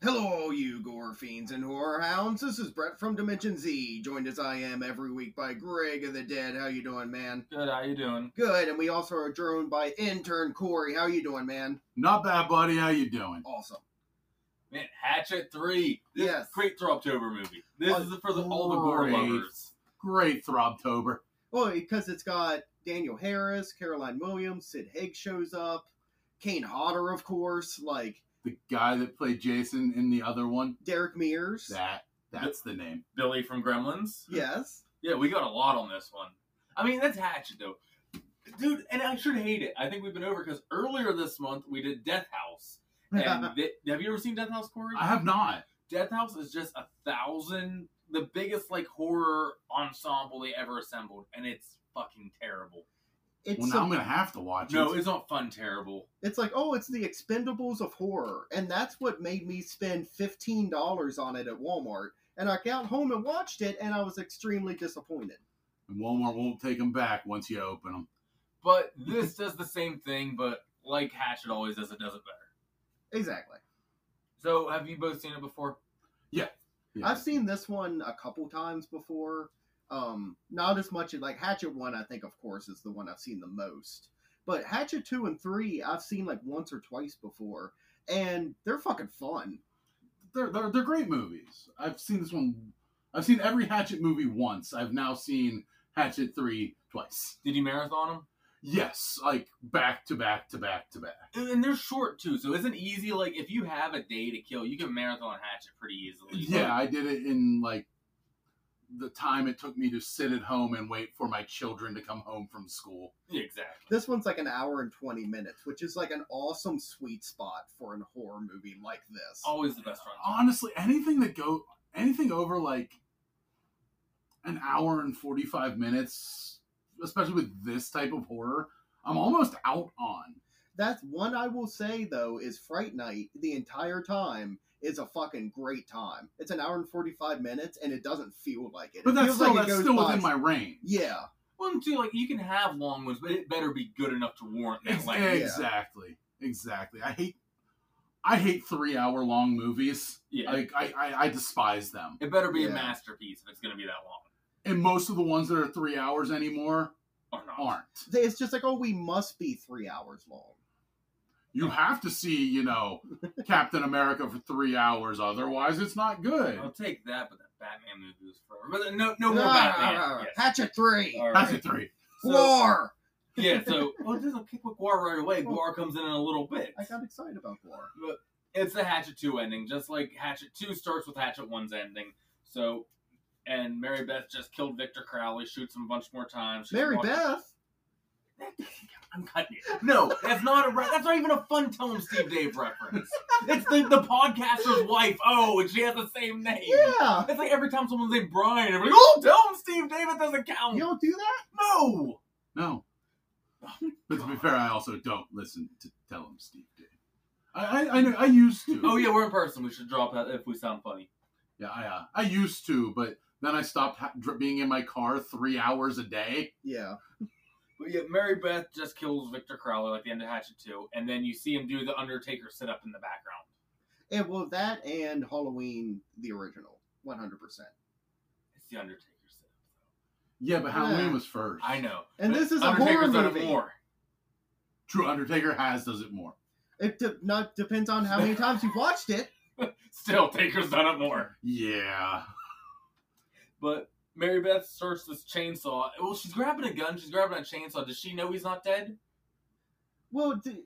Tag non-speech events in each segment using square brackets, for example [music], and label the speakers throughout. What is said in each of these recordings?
Speaker 1: Hello, all you gore fiends and horror hounds. This is Brett from Dimension Z, joined as I am every week by Greg of the Dead. How you doing, man?
Speaker 2: Good. How you doing?
Speaker 1: Good. And we also are joined by intern Corey. How you doing, man?
Speaker 3: Not bad, buddy. How you doing?
Speaker 1: Awesome.
Speaker 2: Man, Hatchet Three. This is
Speaker 1: Yes.
Speaker 2: a great Throptober movie. This is for the all the gore
Speaker 3: Great.
Speaker 2: lovers.
Speaker 3: Great Throbtober.
Speaker 1: Well, because it's got Daniel Harris, Caroline Williams, Sid Haig shows up, Kane Hodder, of course, like
Speaker 3: The guy that played Jason in the other one.
Speaker 1: Derek Mears.
Speaker 3: That that's the name.
Speaker 2: Billy from Gremlins.
Speaker 1: Yes.
Speaker 2: Yeah, we got a lot on this one. I mean, that's Hatchet though, dude. And I should hate it. I think we've been over because earlier this month we did Death House. And th- have you ever seen Death House, Corey?
Speaker 3: I have not.
Speaker 2: Death House is just a thousand, the biggest like horror ensemble they ever assembled, and it's fucking terrible.
Speaker 1: [laughs] it's
Speaker 3: Well, now
Speaker 1: some-
Speaker 3: I'm gonna have to watch
Speaker 2: No,
Speaker 3: it.
Speaker 2: it's not fun. Terrible.
Speaker 1: It's like, oh, it's the Expendables of horror, and that's what made me spend fifteen dollars on it at Walmart. And I got home and watched it, and I was extremely disappointed.
Speaker 3: And Walmart won't take them back once you open them.
Speaker 2: But this does the same thing, but like Hatchet always does, it does it better.
Speaker 1: Exactly.
Speaker 2: So, have you both seen it before?
Speaker 3: Yeah.
Speaker 1: I've seen this one a couple times before. Um, not as much as like Hatchet One. I think, of course, is the one I've seen the most. But Hatchet Two and Three, I've seen like once or twice before, and they're fucking fun.
Speaker 3: They're, they're they're great movies. I've seen this one. I've seen every Hatchet movie once. I've now seen Hatchet three twice.
Speaker 2: Did you marathon them?
Speaker 3: Yes, like back to back to back to back.
Speaker 2: And, and they're short too, so isn't easy. Like if you have a day to kill, you can marathon Hatchet pretty easily.
Speaker 3: Yeah, I did it in like the time it took me to sit at home and wait for my children to come home from school.
Speaker 2: Yeah, exactly.
Speaker 1: This one's like an hour and twenty minutes, which is like an awesome sweet spot for an horror movie like this.
Speaker 2: Always the best run.
Speaker 3: honestly anything that go anything over like an hour and 45 minutes especially with this type of horror i'm almost out on
Speaker 1: That's one I will say though is Fright Night the entire time is a fucking great time. It's an hour and forty five minutes and it doesn't feel like it.
Speaker 3: but
Speaker 1: It
Speaker 3: that's
Speaker 1: feels
Speaker 3: still
Speaker 1: like it
Speaker 3: that's
Speaker 1: goes
Speaker 3: still
Speaker 1: by-
Speaker 3: within my range
Speaker 1: Yeah.
Speaker 2: One too. Like you can have long ones, but it better be good enough to warrant that.
Speaker 3: Ex-
Speaker 2: Like,
Speaker 1: yeah.
Speaker 3: exactly exactly i hate i hate three hour long movies
Speaker 2: yeah,
Speaker 3: like I, I i despise them
Speaker 2: it better be
Speaker 1: Yeah.
Speaker 2: a masterpiece if it's gonna be that long
Speaker 3: and most of the ones that are three hours anymore
Speaker 2: or not.
Speaker 3: aren't
Speaker 1: It's just like, oh, we must be three hours long. [laughs]
Speaker 3: you have to see you know captain america for three hours otherwise it's not good
Speaker 2: I'll take that, but that Batman movie was forever. But no, no more
Speaker 1: Ah,
Speaker 2: Batman. Yes.
Speaker 1: Hatchet three.
Speaker 2: All
Speaker 3: that's
Speaker 2: right.
Speaker 3: a three
Speaker 2: So-
Speaker 1: War.
Speaker 2: Yeah, so [laughs] well, it doesn't kick with Guar right away. Guar comes in in a little bit.
Speaker 1: I got excited about War.
Speaker 2: It's the Hatchet two ending, just like Hatchet two starts with Hatchet one's ending. So, and Mary Beth just killed Victor Crowley, shoots him a bunch more times. She's
Speaker 1: Mary
Speaker 2: walking-
Speaker 1: Beth.
Speaker 2: [laughs] I'm cutting it. No, that's not a. Re- that's not even a fun Tell 'em Steve Dave reference. It's the, the podcaster's wife. Oh, and she has the same name.
Speaker 1: Yeah.
Speaker 2: It's like every time someone's named Brian, everybody, oh, tell him Steve David doesn't
Speaker 3: Oh.
Speaker 2: count.
Speaker 1: You don't do that?
Speaker 2: No.
Speaker 3: No. But to be fair, I also don't listen to tell him Steve did. I I, I, know, I used to.
Speaker 2: Oh yeah, we're in person. We should drop that if we sound funny.
Speaker 3: yeah, I uh, I used to, but then I stopped ha- dr- being in my car three hours a day.
Speaker 1: Yeah.
Speaker 2: But yeah, Mary Beth just kills Victor Crowley like the end of Hatchet 2, and then you see him do the Undertaker sit up in the background.
Speaker 1: And well, that and Halloween the original, one hundred percent.
Speaker 2: It's the Undertaker sit up.
Speaker 3: Yeah, but Halloween
Speaker 1: Yeah.
Speaker 3: was first.
Speaker 2: I know.
Speaker 1: And
Speaker 2: But
Speaker 1: this is a
Speaker 2: Undertaker's
Speaker 1: horror
Speaker 2: done it
Speaker 1: movie.
Speaker 2: More.
Speaker 3: True, Undertaker has does it more.
Speaker 1: It de- not depends on
Speaker 3: [laughs]
Speaker 1: how many times you've watched it.
Speaker 2: Still, Taker's done it more.
Speaker 3: Yeah,
Speaker 2: But Mary Beth starts this chainsaw. Well, she's grabbing a gun. She's grabbing a chainsaw. Does she know he's not dead?
Speaker 1: Well, d-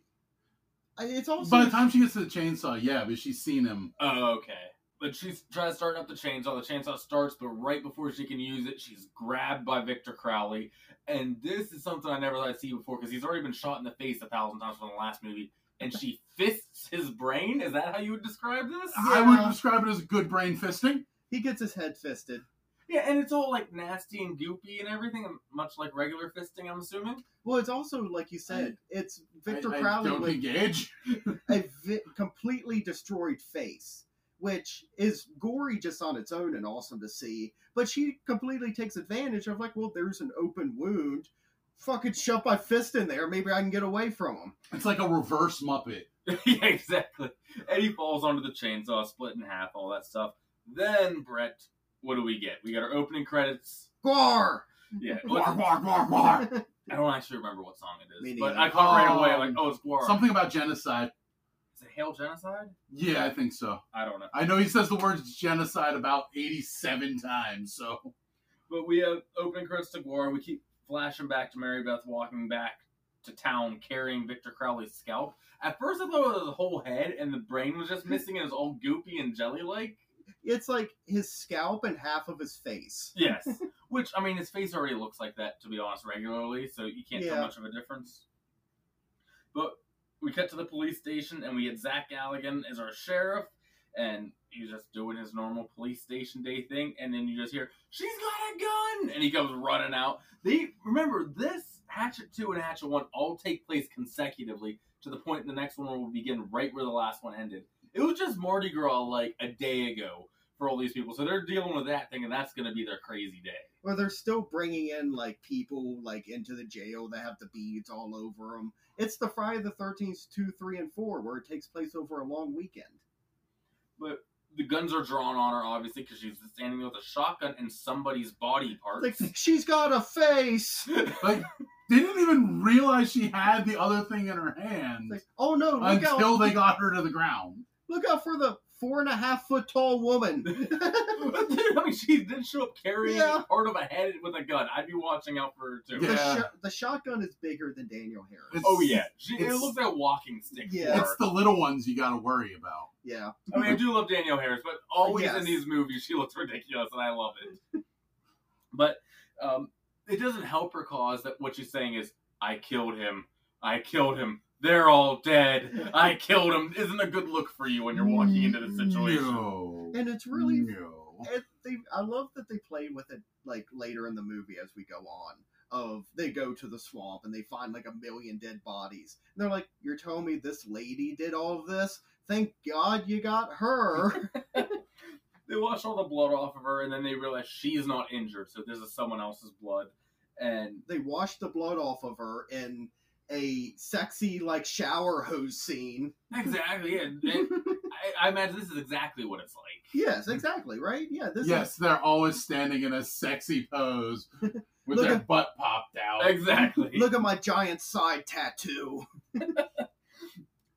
Speaker 1: I- it's also
Speaker 3: by the time she gets to the chainsaw, yeah, but she's seen him.
Speaker 2: Oh, okay. But she's tries starting up the chainsaw. The chainsaw starts, but right before she can use it, she's grabbed by Victor Crowley. And this is something I never thought I'd see before because he's already been shot in the face a thousand times from the last movie. And she fists his brain. Is
Speaker 3: Uh-huh.
Speaker 2: that how you would describe this?
Speaker 3: I would
Speaker 1: Yeah.
Speaker 3: describe it as good brain fisting.
Speaker 1: he gets his head fisted.
Speaker 2: Yeah, and it's all like nasty and goopy and everything, much like regular fisting, I'm assuming. [laughs]
Speaker 1: Well, it's also like you said, it's Victor
Speaker 3: I, I
Speaker 1: Crowley
Speaker 3: don't
Speaker 1: with
Speaker 3: engage. [laughs]
Speaker 1: a vi- completely destroyed face, which is gory just on its own and awesome to see. But she completely takes advantage of like, well, there's an open wound. Fucking shove my fist in there. Maybe I can get away from him.
Speaker 3: It's like a reverse Muppet.
Speaker 2: yeah, exactly. And he falls onto the chainsaw, split in half, all that stuff. Then, Brett, what do we get? We got our opening credits.
Speaker 1: Gar.
Speaker 2: Yeah.
Speaker 3: War,
Speaker 2: what's-
Speaker 3: war, war, war.
Speaker 2: I don't actually remember what song it
Speaker 1: Me
Speaker 2: is, but
Speaker 1: neither.
Speaker 2: I caught right away, like,
Speaker 3: Um,
Speaker 2: oh, it's Guar.
Speaker 3: Something about genocide.
Speaker 2: Is it Hail Genocide?
Speaker 3: Yeah, I think so.
Speaker 2: I don't know.
Speaker 3: I know he says the word genocide about 87 times, so
Speaker 2: But we have opening credits to Guar, and we keep flashing back to Mary Beth walking back to town carrying Victor Crowley's scalp. At first, I thought it was a whole head, and the brain was just missing, and it was all goopy and jelly like.
Speaker 1: [laughs] It's like his scalp and half of his face.
Speaker 2: Yes. Which, I mean, his face already looks like that, to be honest, regularly, so you can't
Speaker 1: Yeah.
Speaker 2: tell much of a difference. But we cut to the police station, and we had Zach Galligan as our sheriff, and he's just doing his normal police station day thing, and then you just hear, She's got a gun! And he comes running out. They Remember, this Hatchet 2 and Hatchet 1 all take place consecutively to the point the next one will begin right where the last one ended. It was just Mardi Gras like a day ago for all these people. So they're dealing with that thing, and that's going to be their crazy day.
Speaker 1: Or they're still bringing in like people like into the jail that have the beads all over them. It's the Friday the Thirteenth two, three, and four where it takes place over a long weekend.
Speaker 2: The guns are drawn on her, obviously, because she's standing with a shotgun and somebody's body
Speaker 1: Like [laughs]
Speaker 2: parts. [laughs]
Speaker 3: [laughs]
Speaker 1: she's got a face.
Speaker 3: didn't even realize she had the other thing in her hand
Speaker 1: Like, oh no! Look out.
Speaker 3: until they got her to the ground.
Speaker 1: Look out for the four and a half foot tall woman. [laughs]
Speaker 2: Dude, I mean, she did show up carrying
Speaker 1: Yeah.
Speaker 2: part of a head with a gun. I'd be watching out for her, too.
Speaker 1: The,
Speaker 3: Yeah.
Speaker 1: sho- the shotgun is bigger than Daniel Harris.
Speaker 3: It's-
Speaker 2: Oh, yeah. She, it
Speaker 3: It's-
Speaker 2: looks like a walking stick
Speaker 1: Yeah.
Speaker 2: for
Speaker 3: It's
Speaker 2: her.
Speaker 3: the little ones you got to worry about.
Speaker 1: Yeah.
Speaker 2: I mean, I do love Danielle Harris, but always
Speaker 1: Yes.
Speaker 2: in these movies, she looks ridiculous, and I love it. But um, it doesn't help her cause that what she's saying is, "I killed him. I killed him. They're all dead. I killed him." Isn't a good look for you when you're walking into this situation.
Speaker 3: No.
Speaker 1: And it's really.
Speaker 3: Mm. No.
Speaker 1: And they, I love that they play with it like later in the movie as we go on. Of they go to the swamp and they find like a million dead bodies. And they're like, "You're telling me this lady did all of this? Thank God you got her."
Speaker 2: They wash all the blood off of her, and then they realize she's not injured, so this is someone else's blood. And [laughs]
Speaker 1: they wash the blood off of her in a sexy like shower hose scene.
Speaker 2: exactly, yeah. And I, I imagine this is exactly what it's like.
Speaker 1: Yes, exactly. Right? Yeah. This is
Speaker 3: Yes, they're always standing in a sexy pose with
Speaker 1: [laughs] Look
Speaker 3: their
Speaker 1: at-
Speaker 3: butt popped out.
Speaker 2: Exactly.
Speaker 1: Look at my giant side tattoo.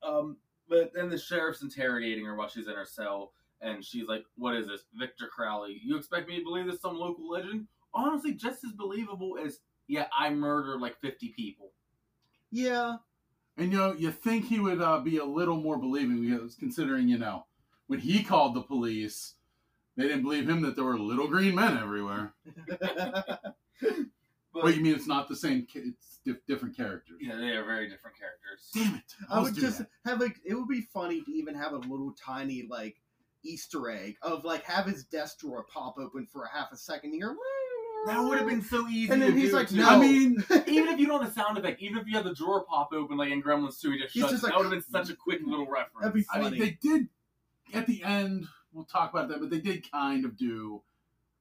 Speaker 2: Um, but then the sheriff's interrogating her while she's in her cell, and she's like, "What is this, Victor Crowley? You expect me to believe this some local legend? Honestly, just as believable as yeah, I murdered like fifty people.
Speaker 1: Yeah, [laughs]
Speaker 3: And you know, you think he would uh, be a little more believing because considering, you know, when he called the police, they didn't believe him that there were little green men everywhere.
Speaker 2: But
Speaker 3: Well, you mean it's not the same? ca- It's dif- different characters.
Speaker 2: yeah, they are very different characters.
Speaker 3: Damn it!
Speaker 1: I
Speaker 3: let's
Speaker 1: would
Speaker 3: do
Speaker 1: just
Speaker 3: that.
Speaker 1: have like it would be funny to even have a little tiny like Easter egg of like have his desk drawer pop open for a half a second. And you're
Speaker 2: That would have been so easy.
Speaker 1: And then
Speaker 2: to
Speaker 1: he's
Speaker 2: do,
Speaker 1: like,
Speaker 2: too.
Speaker 1: no.
Speaker 3: I mean,
Speaker 2: even if you don't have the sound effect, even if you had the drawer pop open like in Gremlins Two, he just
Speaker 1: He's
Speaker 2: shuts.
Speaker 1: just
Speaker 2: it.
Speaker 1: like-
Speaker 2: that would have been such
Speaker 1: [laughs]
Speaker 2: a quick little reference.
Speaker 1: That'd be
Speaker 3: I mean,
Speaker 1: Funny.
Speaker 3: they did at the end. We'll talk about that, but they did kind of do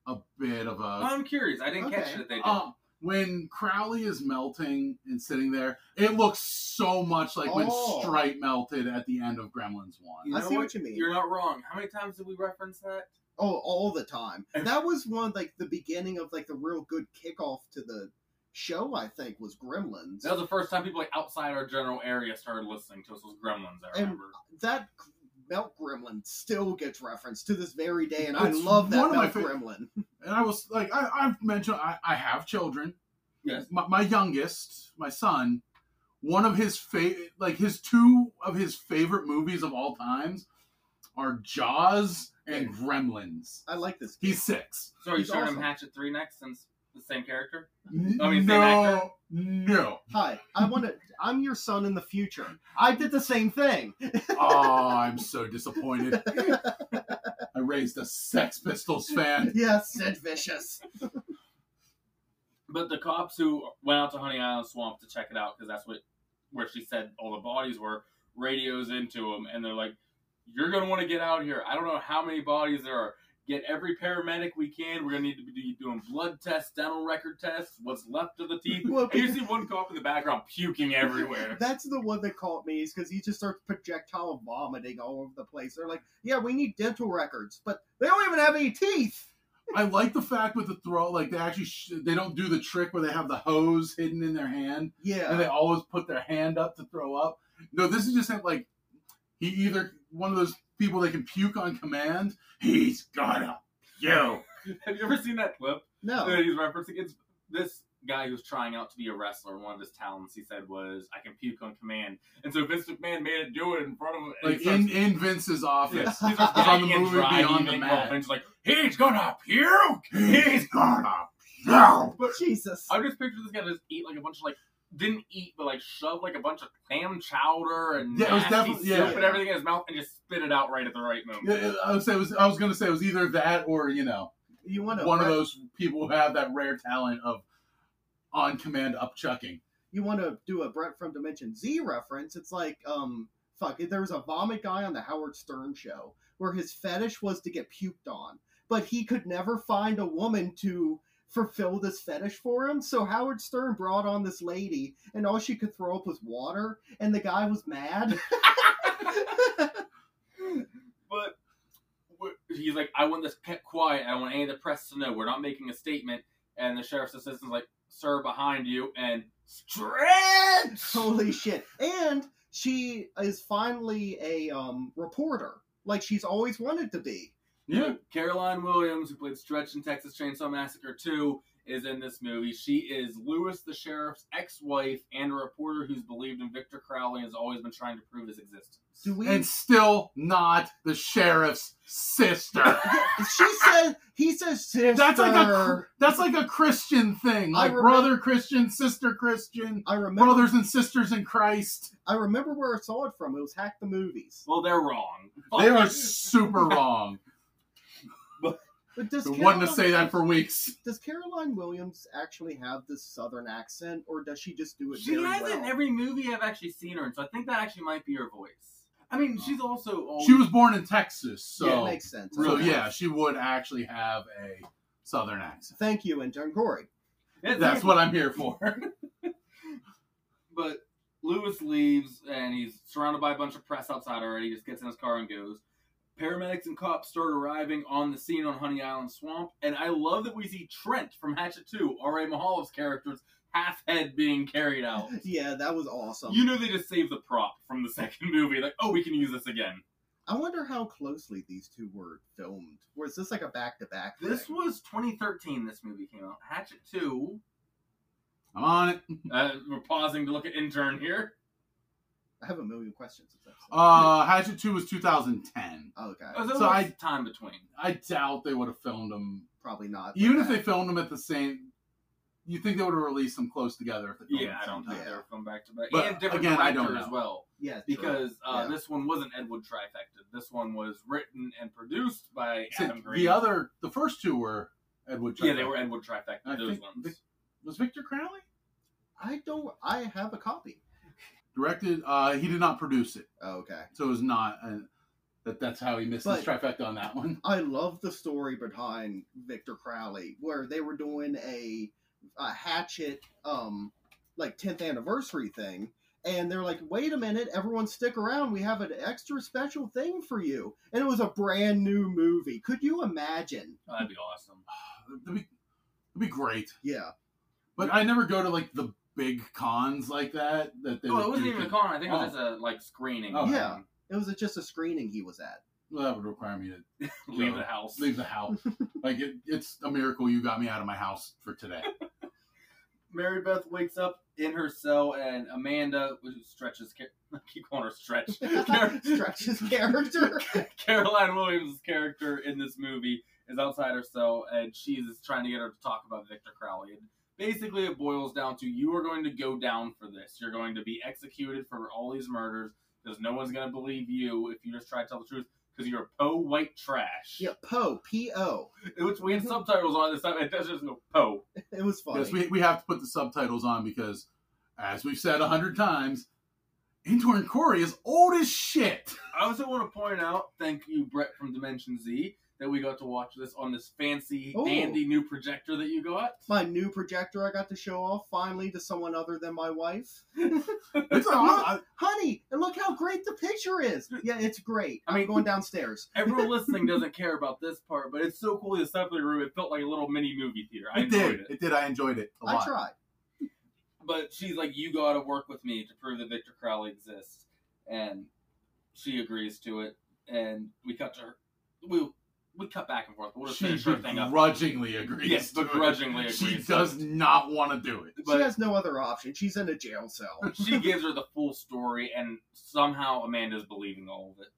Speaker 3: a bit of a
Speaker 2: I'm curious. I didn't catch
Speaker 1: Okay.
Speaker 2: it. If they did.
Speaker 3: Um, when Crowley is melting and sitting there, it looks so much like when
Speaker 1: Oh.
Speaker 3: Stripe melted at the end of Gremlins One.
Speaker 2: You
Speaker 1: I
Speaker 2: know
Speaker 1: see what you mean.
Speaker 2: You're not wrong. How many times did we reference that?
Speaker 1: oh, all the time.
Speaker 2: And-
Speaker 1: That was one like the beginning of like the real good kickoff to the show. I think was Gremlins.
Speaker 2: That was the first time people like outside our general area started listening to us was Gremlins.
Speaker 1: And-
Speaker 2: I remember.
Speaker 1: That Melt Gremlin still gets referenced to this very day, and I
Speaker 3: It's
Speaker 1: love that
Speaker 3: one of my
Speaker 1: Melt
Speaker 3: fa-
Speaker 1: Gremlin.
Speaker 3: And I was like, I, I've mentioned, I, I have children.
Speaker 2: Yes.
Speaker 3: My, my youngest, my son, one of his favorite, like his two of his favorite movies of all times are Jaws and Gremlins.
Speaker 1: I like this.
Speaker 3: He's six.
Speaker 2: So are you
Speaker 1: He's
Speaker 2: showing
Speaker 1: awesome.
Speaker 2: him Hatchet three next since the same character? I mean, same Oh, actor?
Speaker 3: no, no.
Speaker 1: Hi, I want to. I'm your son in the future. I did the same thing.
Speaker 3: Oh, I'm so disappointed. [laughs] I raised a Sex Pistols fan.
Speaker 1: Yes, Sid Vicious.
Speaker 2: But the cops who went out to Honey Island Swamp to check it out, because that's what where she said all the bodies were, radios into them, and they're like, "You're gonna want to get out here. I don't know how many bodies there are. Get every paramedic we can. We're gonna need to be doing blood tests, dental record tests, what's left of the
Speaker 3: [laughs]
Speaker 2: teeth."
Speaker 1: [laughs] Well,
Speaker 2: And you see one cop in the background puking everywhere. [laughs]
Speaker 1: That's the one that caught me is because he just starts projectile vomiting all over the place. They're like, yeah, we need dental records, but they don't even have any teeth.
Speaker 3: I like the fact with the throw, like they actually sh- they don't do the trick where they have the hose hidden in their hand and
Speaker 1: Yeah.
Speaker 3: they always put their hand up to throw up. No, this is just him, like he either one of those people that can puke on command. He's gonna puke.
Speaker 2: Have you ever seen that clip?
Speaker 1: No.
Speaker 2: that he's referencing. It's this guy who's trying out to be a wrestler. One of his talents, he said, was I can puke on command. And so Vince McMahon made it do it in front of him. and
Speaker 3: Like
Speaker 2: he starts-
Speaker 3: in in Vince's
Speaker 2: yeah,
Speaker 3: office.
Speaker 2: he starts
Speaker 3: It's on the
Speaker 2: gagging and
Speaker 3: movie
Speaker 2: dry
Speaker 3: Beyond the
Speaker 2: heaving
Speaker 3: Mat.
Speaker 2: up, and he's like, he's gonna puke.
Speaker 3: He's gonna puke.
Speaker 2: But
Speaker 1: Jesus.
Speaker 2: I just picture this guy just eat like a bunch of like didn't eat but like shoved like a bunch of clam chowder and
Speaker 3: Yeah, it was
Speaker 2: nasty
Speaker 3: definitely- yeah.
Speaker 2: soup and everything in his mouth and just spit it out right at the right moment.
Speaker 3: Yeah, I would say it was. I was gonna say it was either that or you know
Speaker 1: You want to
Speaker 3: one of those people who have that rare talent of on command upchucking.
Speaker 1: you want to do a Brett from Dimension Z reference, it's like, um, fuck, there was a vomit guy on the Howard Stern show where his fetish was to get puked on, but he could never find a woman to fulfill this fetish for him. So Howard Stern brought on this lady, and all she could throw up was water, and the guy was
Speaker 3: [laughs]
Speaker 1: mad.
Speaker 2: but we're- he's like, I want this kept quiet. I want any of the press to know we're not making a statement. And the sheriff's assistant's like, sir, behind you, and stretch.
Speaker 1: Holy shit. And she is finally a um, reporter, like she's always wanted to be.
Speaker 3: Yeah,
Speaker 2: Caroline Williams, who played Stretch in Texas Chainsaw Massacre 2, is in this movie. She is Lewis, the sheriff's ex-wife, and a reporter who's believed in Victor Crowley and has always been trying to prove his existence.
Speaker 1: Do we
Speaker 3: and still not the sheriff's sister.
Speaker 1: She said, he says, sister.
Speaker 3: That's like a cr- that's like a Christian thing,
Speaker 1: I
Speaker 3: like
Speaker 1: remember-
Speaker 3: brother Christian, sister Christian,
Speaker 1: I remember.
Speaker 3: brothers and sisters in Christ.
Speaker 1: I remember where I saw it from. It was Hack the Movies.
Speaker 2: Well, they're wrong.
Speaker 3: They are super
Speaker 1: [laughs]
Speaker 3: wrong.
Speaker 1: But does
Speaker 3: Been
Speaker 1: Caroline,
Speaker 3: wanting to say that for weeks.
Speaker 1: does Caroline Williams actually have this Southern accent, or does she just do it?
Speaker 2: She
Speaker 1: very
Speaker 2: has it in
Speaker 1: well?
Speaker 2: every movie I've actually seen her in, so I think that actually might be her voice. I mean, she's also always,
Speaker 3: She was born in Texas, so
Speaker 1: yeah, it makes sense.
Speaker 3: so
Speaker 1: Okay.
Speaker 3: yeah, she would actually have a southern accent.
Speaker 1: Thank you, intern Corey.
Speaker 3: That's what I'm here for.
Speaker 2: But Lewis leaves and he's surrounded by a bunch of press outside already. He just gets in his car and goes. Paramedics and cops start arriving on the scene on Honey Island Swamp, and I love that we see Trent from Hatchet 2, R.A. Mahalov's character's half head being carried [laughs] out.
Speaker 1: Yeah, that was awesome.
Speaker 2: You know they just saved the prop from the [laughs] second movie, like, oh, we can use this again.
Speaker 1: I wonder how closely these two were filmed. Or is this like a back to back?
Speaker 2: This was 2013. This movie came out. Hatchet 2.
Speaker 3: I'm on it.
Speaker 2: Uh, we're pausing to look at intern here.
Speaker 1: I have a million questions. This episode.
Speaker 3: Uh, Hatchet Two was 2010.
Speaker 1: oh, okay,
Speaker 2: Oh, so
Speaker 3: So
Speaker 2: I
Speaker 3: I-
Speaker 2: time between.
Speaker 3: I doubt they would have filmed them.
Speaker 1: probably not.
Speaker 3: Even if they filmed them at the same, you think they would have released them close together? If they filmed
Speaker 2: Yeah,
Speaker 3: them
Speaker 2: I don't
Speaker 3: sometime.
Speaker 2: think they're from back to back.
Speaker 3: But
Speaker 2: and different
Speaker 3: again,
Speaker 2: director
Speaker 3: I don't
Speaker 2: as
Speaker 3: know.
Speaker 2: well.
Speaker 1: yeah, true.
Speaker 2: Because uh,
Speaker 1: Yeah.
Speaker 2: this one wasn't Ed Wood trifecta. This one was written and produced by
Speaker 3: See,
Speaker 2: Adam Green.
Speaker 3: the other, the first two were Edward.
Speaker 2: Yeah, they were Ed Wood trifecta.
Speaker 3: I
Speaker 2: those
Speaker 3: think
Speaker 2: ones.
Speaker 3: Vic- Was Victor Crowley
Speaker 1: I don't. I have a copy.
Speaker 3: directed? Uh, he did not produce it,
Speaker 1: Oh, okay.
Speaker 3: so it was not. uh that that's how he missed his
Speaker 1: But-
Speaker 3: trifecta on that one. [laughs]
Speaker 1: I love the story behind Victor Crowley, where they were doing a, a Hatchet, um, like 10th anniversary thing. And they're like, wait a minute, everyone stick around. We have an extra special thing for you. And it was a brand new movie. Could you imagine?
Speaker 2: Oh, that'd be awesome.
Speaker 3: That'd be, that'd be great.
Speaker 1: Yeah.
Speaker 3: But I never go to like the big cons like that. That they
Speaker 2: Oh,
Speaker 3: would
Speaker 2: it wasn't
Speaker 3: do
Speaker 2: even a
Speaker 3: things-
Speaker 2: con. I think it
Speaker 3: Oh.
Speaker 2: was just a like screening.
Speaker 3: Oh.
Speaker 1: Yeah. It was just a screening he was
Speaker 3: [laughs]
Speaker 1: at. [laughs]
Speaker 3: Well, that would require me to
Speaker 2: Leave
Speaker 3: Yeah.
Speaker 2: the house.
Speaker 3: leave the house. like it, it's a miracle you got me out of my house
Speaker 2: [laughs]
Speaker 3: for today.
Speaker 2: Mary Beth wakes up in her cell, and Amanda who stretches. [laughs] I keep calling her stretch.
Speaker 3: [laughs]
Speaker 1: Stretch his character.
Speaker 2: Caroline Williams' character in this movie is outside her cell, and she's trying to get her to talk about Victor Crowley. And basically, it boils down to you are going to go down for this. You're going to be executed for all these murders because no one's going to believe you if you just try to tell the truth. because you're po white trash.
Speaker 1: Yeah, Poe, P O.
Speaker 2: [laughs] Which we had subtitles on this time. It does just go po.
Speaker 1: It was funny.
Speaker 3: Yes, we, we have to put the subtitles on because, as we've said a hundred times, intern Corey is old
Speaker 2: [laughs]
Speaker 3: as shit.
Speaker 2: I also want to point out, thank you, Brett from Dimension Z, that we got to watch this on this fancy,
Speaker 1: Ooh.
Speaker 2: dandy new projector that you got.
Speaker 1: my new projector I got to show off finally to someone other than my wife.
Speaker 3: It's like, I-
Speaker 1: Honey, and look how great the picture is. Yeah, it's great.
Speaker 2: I
Speaker 1: I mean,
Speaker 2: mean-
Speaker 1: am going downstairs.
Speaker 3: [laughs]
Speaker 2: Everyone listening doesn't care about this part, but it's so cool. The assembly room, it felt like a little mini movie theater. I
Speaker 3: it did.
Speaker 2: enjoyed it.
Speaker 3: It did. I enjoyed it a
Speaker 1: I
Speaker 3: lot.
Speaker 1: tried.
Speaker 2: But she's like, you got to work with me to prove that Victor Crowley exists. And she agrees to it. And we cut to her. We, we cut back and forth. We'll just
Speaker 3: She
Speaker 2: finish her thing up.
Speaker 3: begrudgingly agrees.
Speaker 2: Yes,
Speaker 3: to it.
Speaker 2: begrudgingly
Speaker 3: She
Speaker 2: agrees.
Speaker 3: does not want to do it.
Speaker 2: But-
Speaker 1: she has no other option. She's in a jail
Speaker 2: [laughs]
Speaker 1: cell.
Speaker 2: she gives her the full story, and somehow Amanda's believing all of it.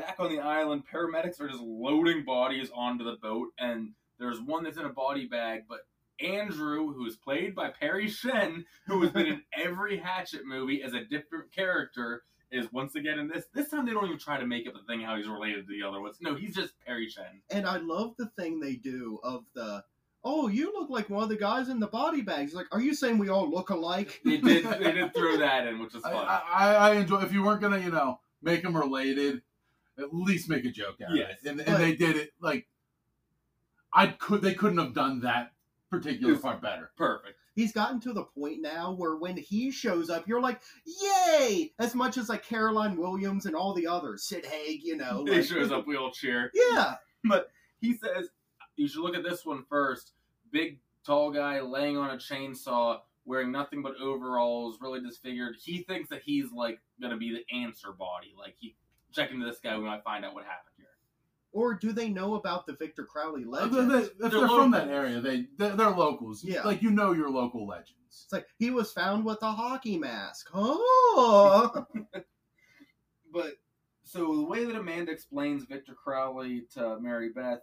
Speaker 2: Back on the island, paramedics are just loading bodies onto the boat, and there's one that's in a body bag, but Andrew, who is played by Perry Shen, who has been
Speaker 3: [laughs]
Speaker 2: in every Hatchet movie as a different character, is once again in this. This time they don't even try to make up a thing how he's related to the other ones. No, he's just Perry Shen.
Speaker 1: And I love the thing they do of the, oh, you look like one of the guys in the body bags. Like, are you saying we all look alike?
Speaker 2: They did they did throw that in, which is
Speaker 3: I,
Speaker 2: fun.
Speaker 3: I, I enjoy. If you weren't gonna, you know, make them related, at least make a joke out
Speaker 2: Yes.
Speaker 3: of it. And,
Speaker 1: But-
Speaker 3: and they did it. Like, I could. They couldn't have done that particular
Speaker 2: Yes.
Speaker 3: part better.
Speaker 2: Perfect.
Speaker 1: He's gotten to the point now where when he shows up, you're like, yay! As much as like Caroline Williams and all the others, Sid Haig, you know.
Speaker 2: [laughs] He
Speaker 1: like-
Speaker 2: shows up, we all cheer.
Speaker 1: [laughs] Yeah.
Speaker 2: he says you should look at this one first. Big tall guy laying on a chainsaw, wearing nothing but overalls, really disfigured. He thinks that he's like gonna be the answer body. Like he check into this guy, we might find out what happened here.
Speaker 1: Or do they know about the Victor
Speaker 2: [laughs]
Speaker 1: Crowley legend?
Speaker 3: They- they- if they're,
Speaker 2: locals.
Speaker 3: from that area, they they're, they're locals.
Speaker 1: Yeah.
Speaker 3: like you know your local legends.
Speaker 1: It's like he was found with a hockey mask. Oh,
Speaker 2: But so the way that Amanda explains Victor Crowley to Mary Beth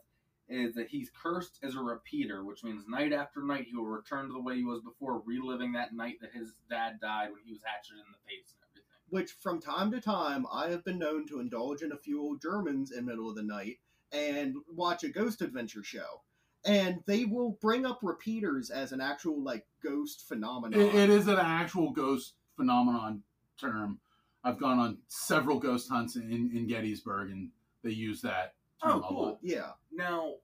Speaker 2: is that he's cursed as a repeater, which means night after night he will return to the way he was before, reliving that night that his dad died when he was hatcheted in the face and everything.
Speaker 1: which from time to time I have been known to indulge in a few old Germans in middle of the night and watch a ghost adventure show. And they will bring up repeaters as an actual like ghost phenomenon.
Speaker 3: It, it is an actual ghost phenomenon term. I've gone on several ghost hunts in, in Gettysburg, and they use that. term
Speaker 2: Oh,
Speaker 3: a lot.
Speaker 2: cool.
Speaker 1: yeah.
Speaker 2: Now,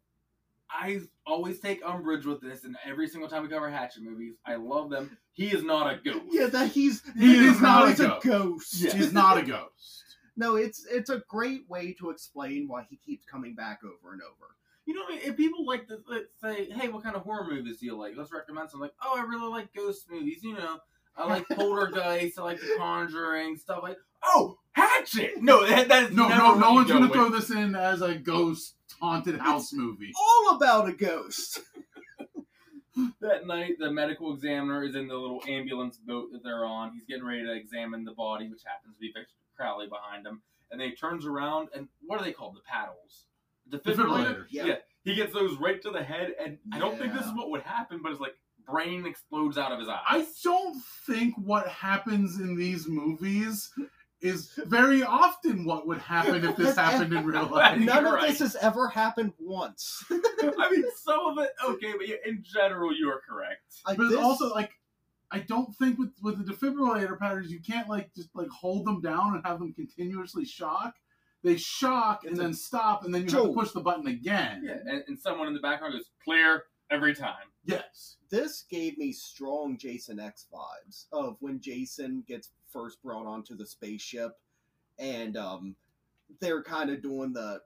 Speaker 2: I always take umbrage with this, and every single time we cover Hatchet movies, I love them. He is not a ghost.
Speaker 1: Yeah, that he's
Speaker 3: He is not a
Speaker 1: he's
Speaker 3: ghost.
Speaker 2: Yeah.
Speaker 3: She's not a [laughs] ghost.
Speaker 1: [laughs] No, it's it's a great way to explain why he keeps coming back over and over.
Speaker 2: You know, what I mean? if people like to like, say, "Hey, what kind of horror movies do you like?" Let's recommend some. Like, oh, I really like ghost movies. You know, I
Speaker 1: [laughs]
Speaker 2: like Poltergeist. I like The Conjuring stuff. Like, oh, Hatchet. No, that, that is
Speaker 3: No,
Speaker 2: never
Speaker 3: no,
Speaker 2: where
Speaker 3: no
Speaker 2: you
Speaker 3: one's
Speaker 2: go
Speaker 3: gonna
Speaker 2: with.
Speaker 3: throw this in as a ghost haunted house movie.
Speaker 1: All about a
Speaker 3: [laughs]
Speaker 1: ghost.
Speaker 2: That night, the medical examiner is in the little ambulance boat that they're on. He's getting ready to examine the body, which happens to be Victor Crowley behind him. And then he turns around, and what are they called? The paddles. Defibrillator?
Speaker 3: Defibrillator.
Speaker 2: Yeah. He gets those right to the head, and I don't think this is
Speaker 1: Yeah.
Speaker 2: what would happen, but it's like brain explodes out of his eye. [laughs]
Speaker 3: I don't think what happens in these movies is very often what would happen
Speaker 2: [laughs]
Speaker 3: if this happened in real life.
Speaker 2: You're
Speaker 1: None of
Speaker 2: right.
Speaker 1: this has ever happened once.
Speaker 2: I mean, some of it, okay, but yeah, in general, you are correct.
Speaker 1: Like
Speaker 3: But
Speaker 1: this-
Speaker 3: also, like, I don't think with with the defibrillator patterns, you can't like just like hold them down and have them continuously shock. They shock and
Speaker 1: It's a-
Speaker 3: then stop, and then you have
Speaker 1: Joel.
Speaker 3: to push the button again.
Speaker 2: Yeah, and, and someone in the background goes, clear every time.
Speaker 3: Yes.
Speaker 1: this gave me strong Jason X vibes of when Jason gets first brought onto the spaceship, and um, they're kind of doing the,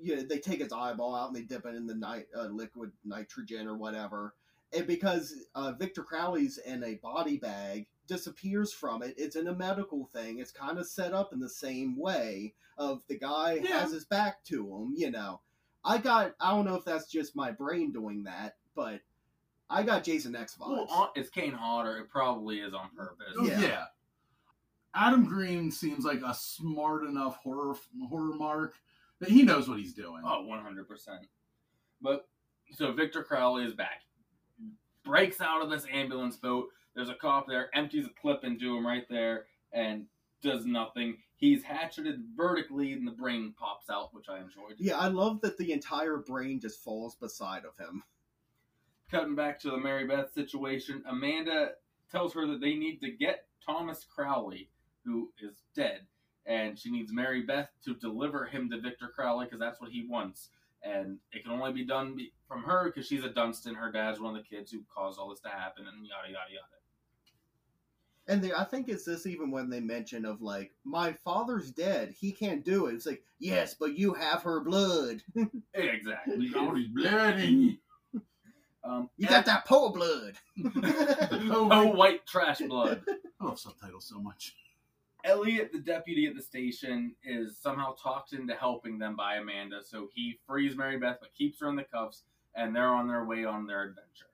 Speaker 1: you know, they take his eyeball out and they dip it in the night uh, liquid nitrogen or whatever, and because uh, Victor Crowley's in a body bag disappears from it it's in a medical thing it's kind of set up in the same way of the guy
Speaker 3: Yeah.
Speaker 1: has his back to him you know i got i don't know if that's just my brain doing that but I got Jason X vibes.
Speaker 2: Well, on- it's Kane Hodder. It probably is on purpose.
Speaker 3: Oh,
Speaker 1: Yeah.
Speaker 3: Yeah. Adam Green seems like a smart enough horror horror mark that he knows what he's doing.
Speaker 2: Oh, 100%. But so Victor Crowley is back. Breaks out of this ambulance boat. There's a cop there, empties a clip into him right there, and does nothing. He's hatcheted vertically, and the brain pops out, which I enjoyed.
Speaker 1: Yeah, I love that the entire brain just falls beside of him.
Speaker 2: Cutting back to the Mary Beth situation, Amanda tells her that they need to get Thomas Crowley, who is dead, and she needs Mary Beth to deliver him to Victor Crowley because that's what he wants. And it can only be done be- from her because she's a Dunstan. Her dad's one of the kids who caused all this to happen, and yada yada yada.
Speaker 1: And they, I think it's this even when they mention of like, my father's dead, he can't do it. It's like, yes, but you have her blood.
Speaker 2: Exactly.
Speaker 1: [laughs]
Speaker 3: You got all these blood in you.
Speaker 2: Um,
Speaker 1: You got that poor blood.
Speaker 2: [laughs] Oh, white trash blood.
Speaker 3: I love subtitles so much.
Speaker 2: Elliot, the deputy at the station, is somehow talked into helping them by Amanda, so he frees Mary Beth but keeps her in the cuffs, and they're on their way on their adventure.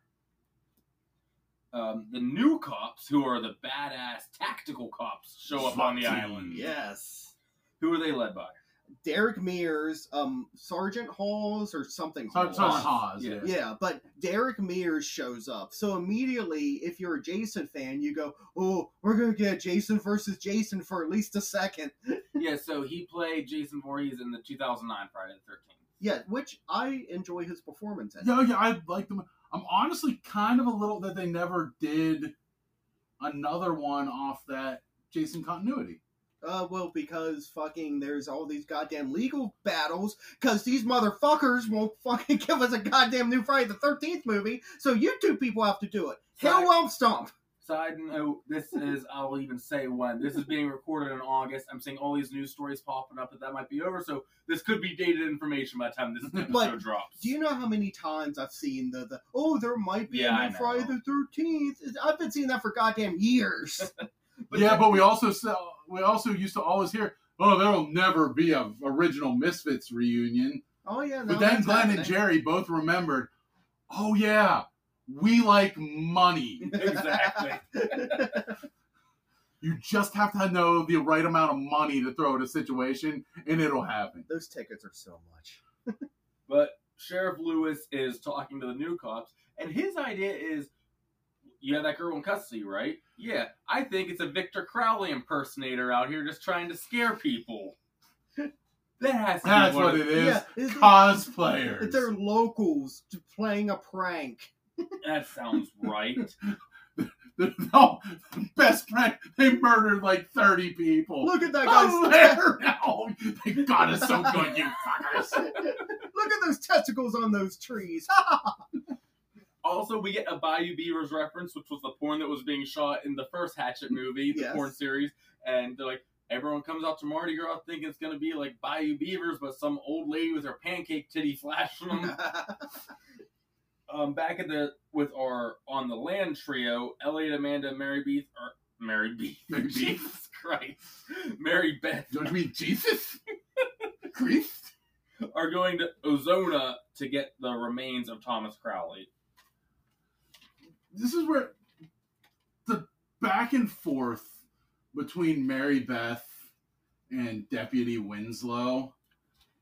Speaker 2: Um, the new cops, who are the badass tactical cops, show up on the
Speaker 3: SWAT team.
Speaker 2: island.
Speaker 1: yes.
Speaker 2: Who are they led by?
Speaker 1: Derek Mears, um, Sergeant Halls or something.
Speaker 3: Sorry,
Speaker 1: Halls.
Speaker 3: sorry, Haas,
Speaker 2: Yeah.
Speaker 3: yeah.
Speaker 1: Yeah, but Derek Mears shows up. So immediately, if you're a Jason fan, you go, oh, we're going to get Jason versus Jason for at least a second.
Speaker 2: yeah, so he played Jason Voorhees in the 2009 Friday the 13th.
Speaker 1: Yeah, which I enjoy his performance in.
Speaker 3: Yeah, yeah, I like them. I'm honestly kind of a little that they never did another one off that Jason continuity.
Speaker 1: Uh, well, because fucking there's all these goddamn legal battles, because these motherfuckers won't fucking [laughs] give us a goddamn new Friday the 13th movie, so you two people have to do it. Hell,
Speaker 2: Right.
Speaker 1: Wump Stomp!
Speaker 2: Side note, this is, I'll even say when. This is being recorded in August. I'm seeing all these news stories popping up that that might be over, so this could be dated information by the time this episode
Speaker 1: But
Speaker 2: drops.
Speaker 1: Do you know how many times I've seen the, the oh, there might be
Speaker 2: Yeah, I
Speaker 1: a new
Speaker 2: know.
Speaker 1: Friday the 13th? I've been seeing that for goddamn
Speaker 2: [laughs]
Speaker 1: years.
Speaker 3: yeah, but we also sell, we also used to always hear, "Oh, there'll never be a original Misfits reunion."
Speaker 1: oh, yeah. no,
Speaker 3: but then
Speaker 1: that's
Speaker 3: Glenn
Speaker 1: happening.
Speaker 3: and Jerry both remembered, "Oh yeah, we like money.
Speaker 2: exactly.
Speaker 3: You just have to know the right amount of money to throw at a situation, and it'll happen."
Speaker 1: Those tickets are so much.
Speaker 2: But Sheriff Lewis is talking to the new cops, and his idea is you have that girl in custody, right? Yeah, I think it's a Victor Crowley impersonator out here just trying to scare people. [laughs] That has to
Speaker 3: That's
Speaker 2: be one
Speaker 3: what
Speaker 2: of-
Speaker 3: it is.
Speaker 1: yeah, it's-
Speaker 3: Cosplayers.
Speaker 1: They're locals playing a prank.
Speaker 2: That sounds right.
Speaker 3: [laughs] no, best friend. They murdered like thirty people.
Speaker 1: Look at that guy's
Speaker 3: oh, there now. They got us so good, you fuckers.
Speaker 1: [laughs] Look at those testicles on those trees. [laughs]
Speaker 2: Also, we get a Bayou Beavers reference, which was the porn that was being shot in the first Hatchet movie, the
Speaker 1: Yes.
Speaker 2: porn series. And they're like, everyone comes out to Mardi Gras thinking it's going to be like Bayou Beavers, but some old lady with her pancake titty
Speaker 1: [laughs]
Speaker 2: flashing them. um, back at the with our on the land trio, Elliot, Amanda, and Mary Beth are Mary Beth.
Speaker 3: Mary Beth.
Speaker 2: Jesus Christ, Mary Beth
Speaker 3: Don't you mean Jesus? Christ?
Speaker 2: are going to Ozona to get the remains of Thomas Crowley.
Speaker 3: This is where the back and forth between Mary Beth and Deputy Winslow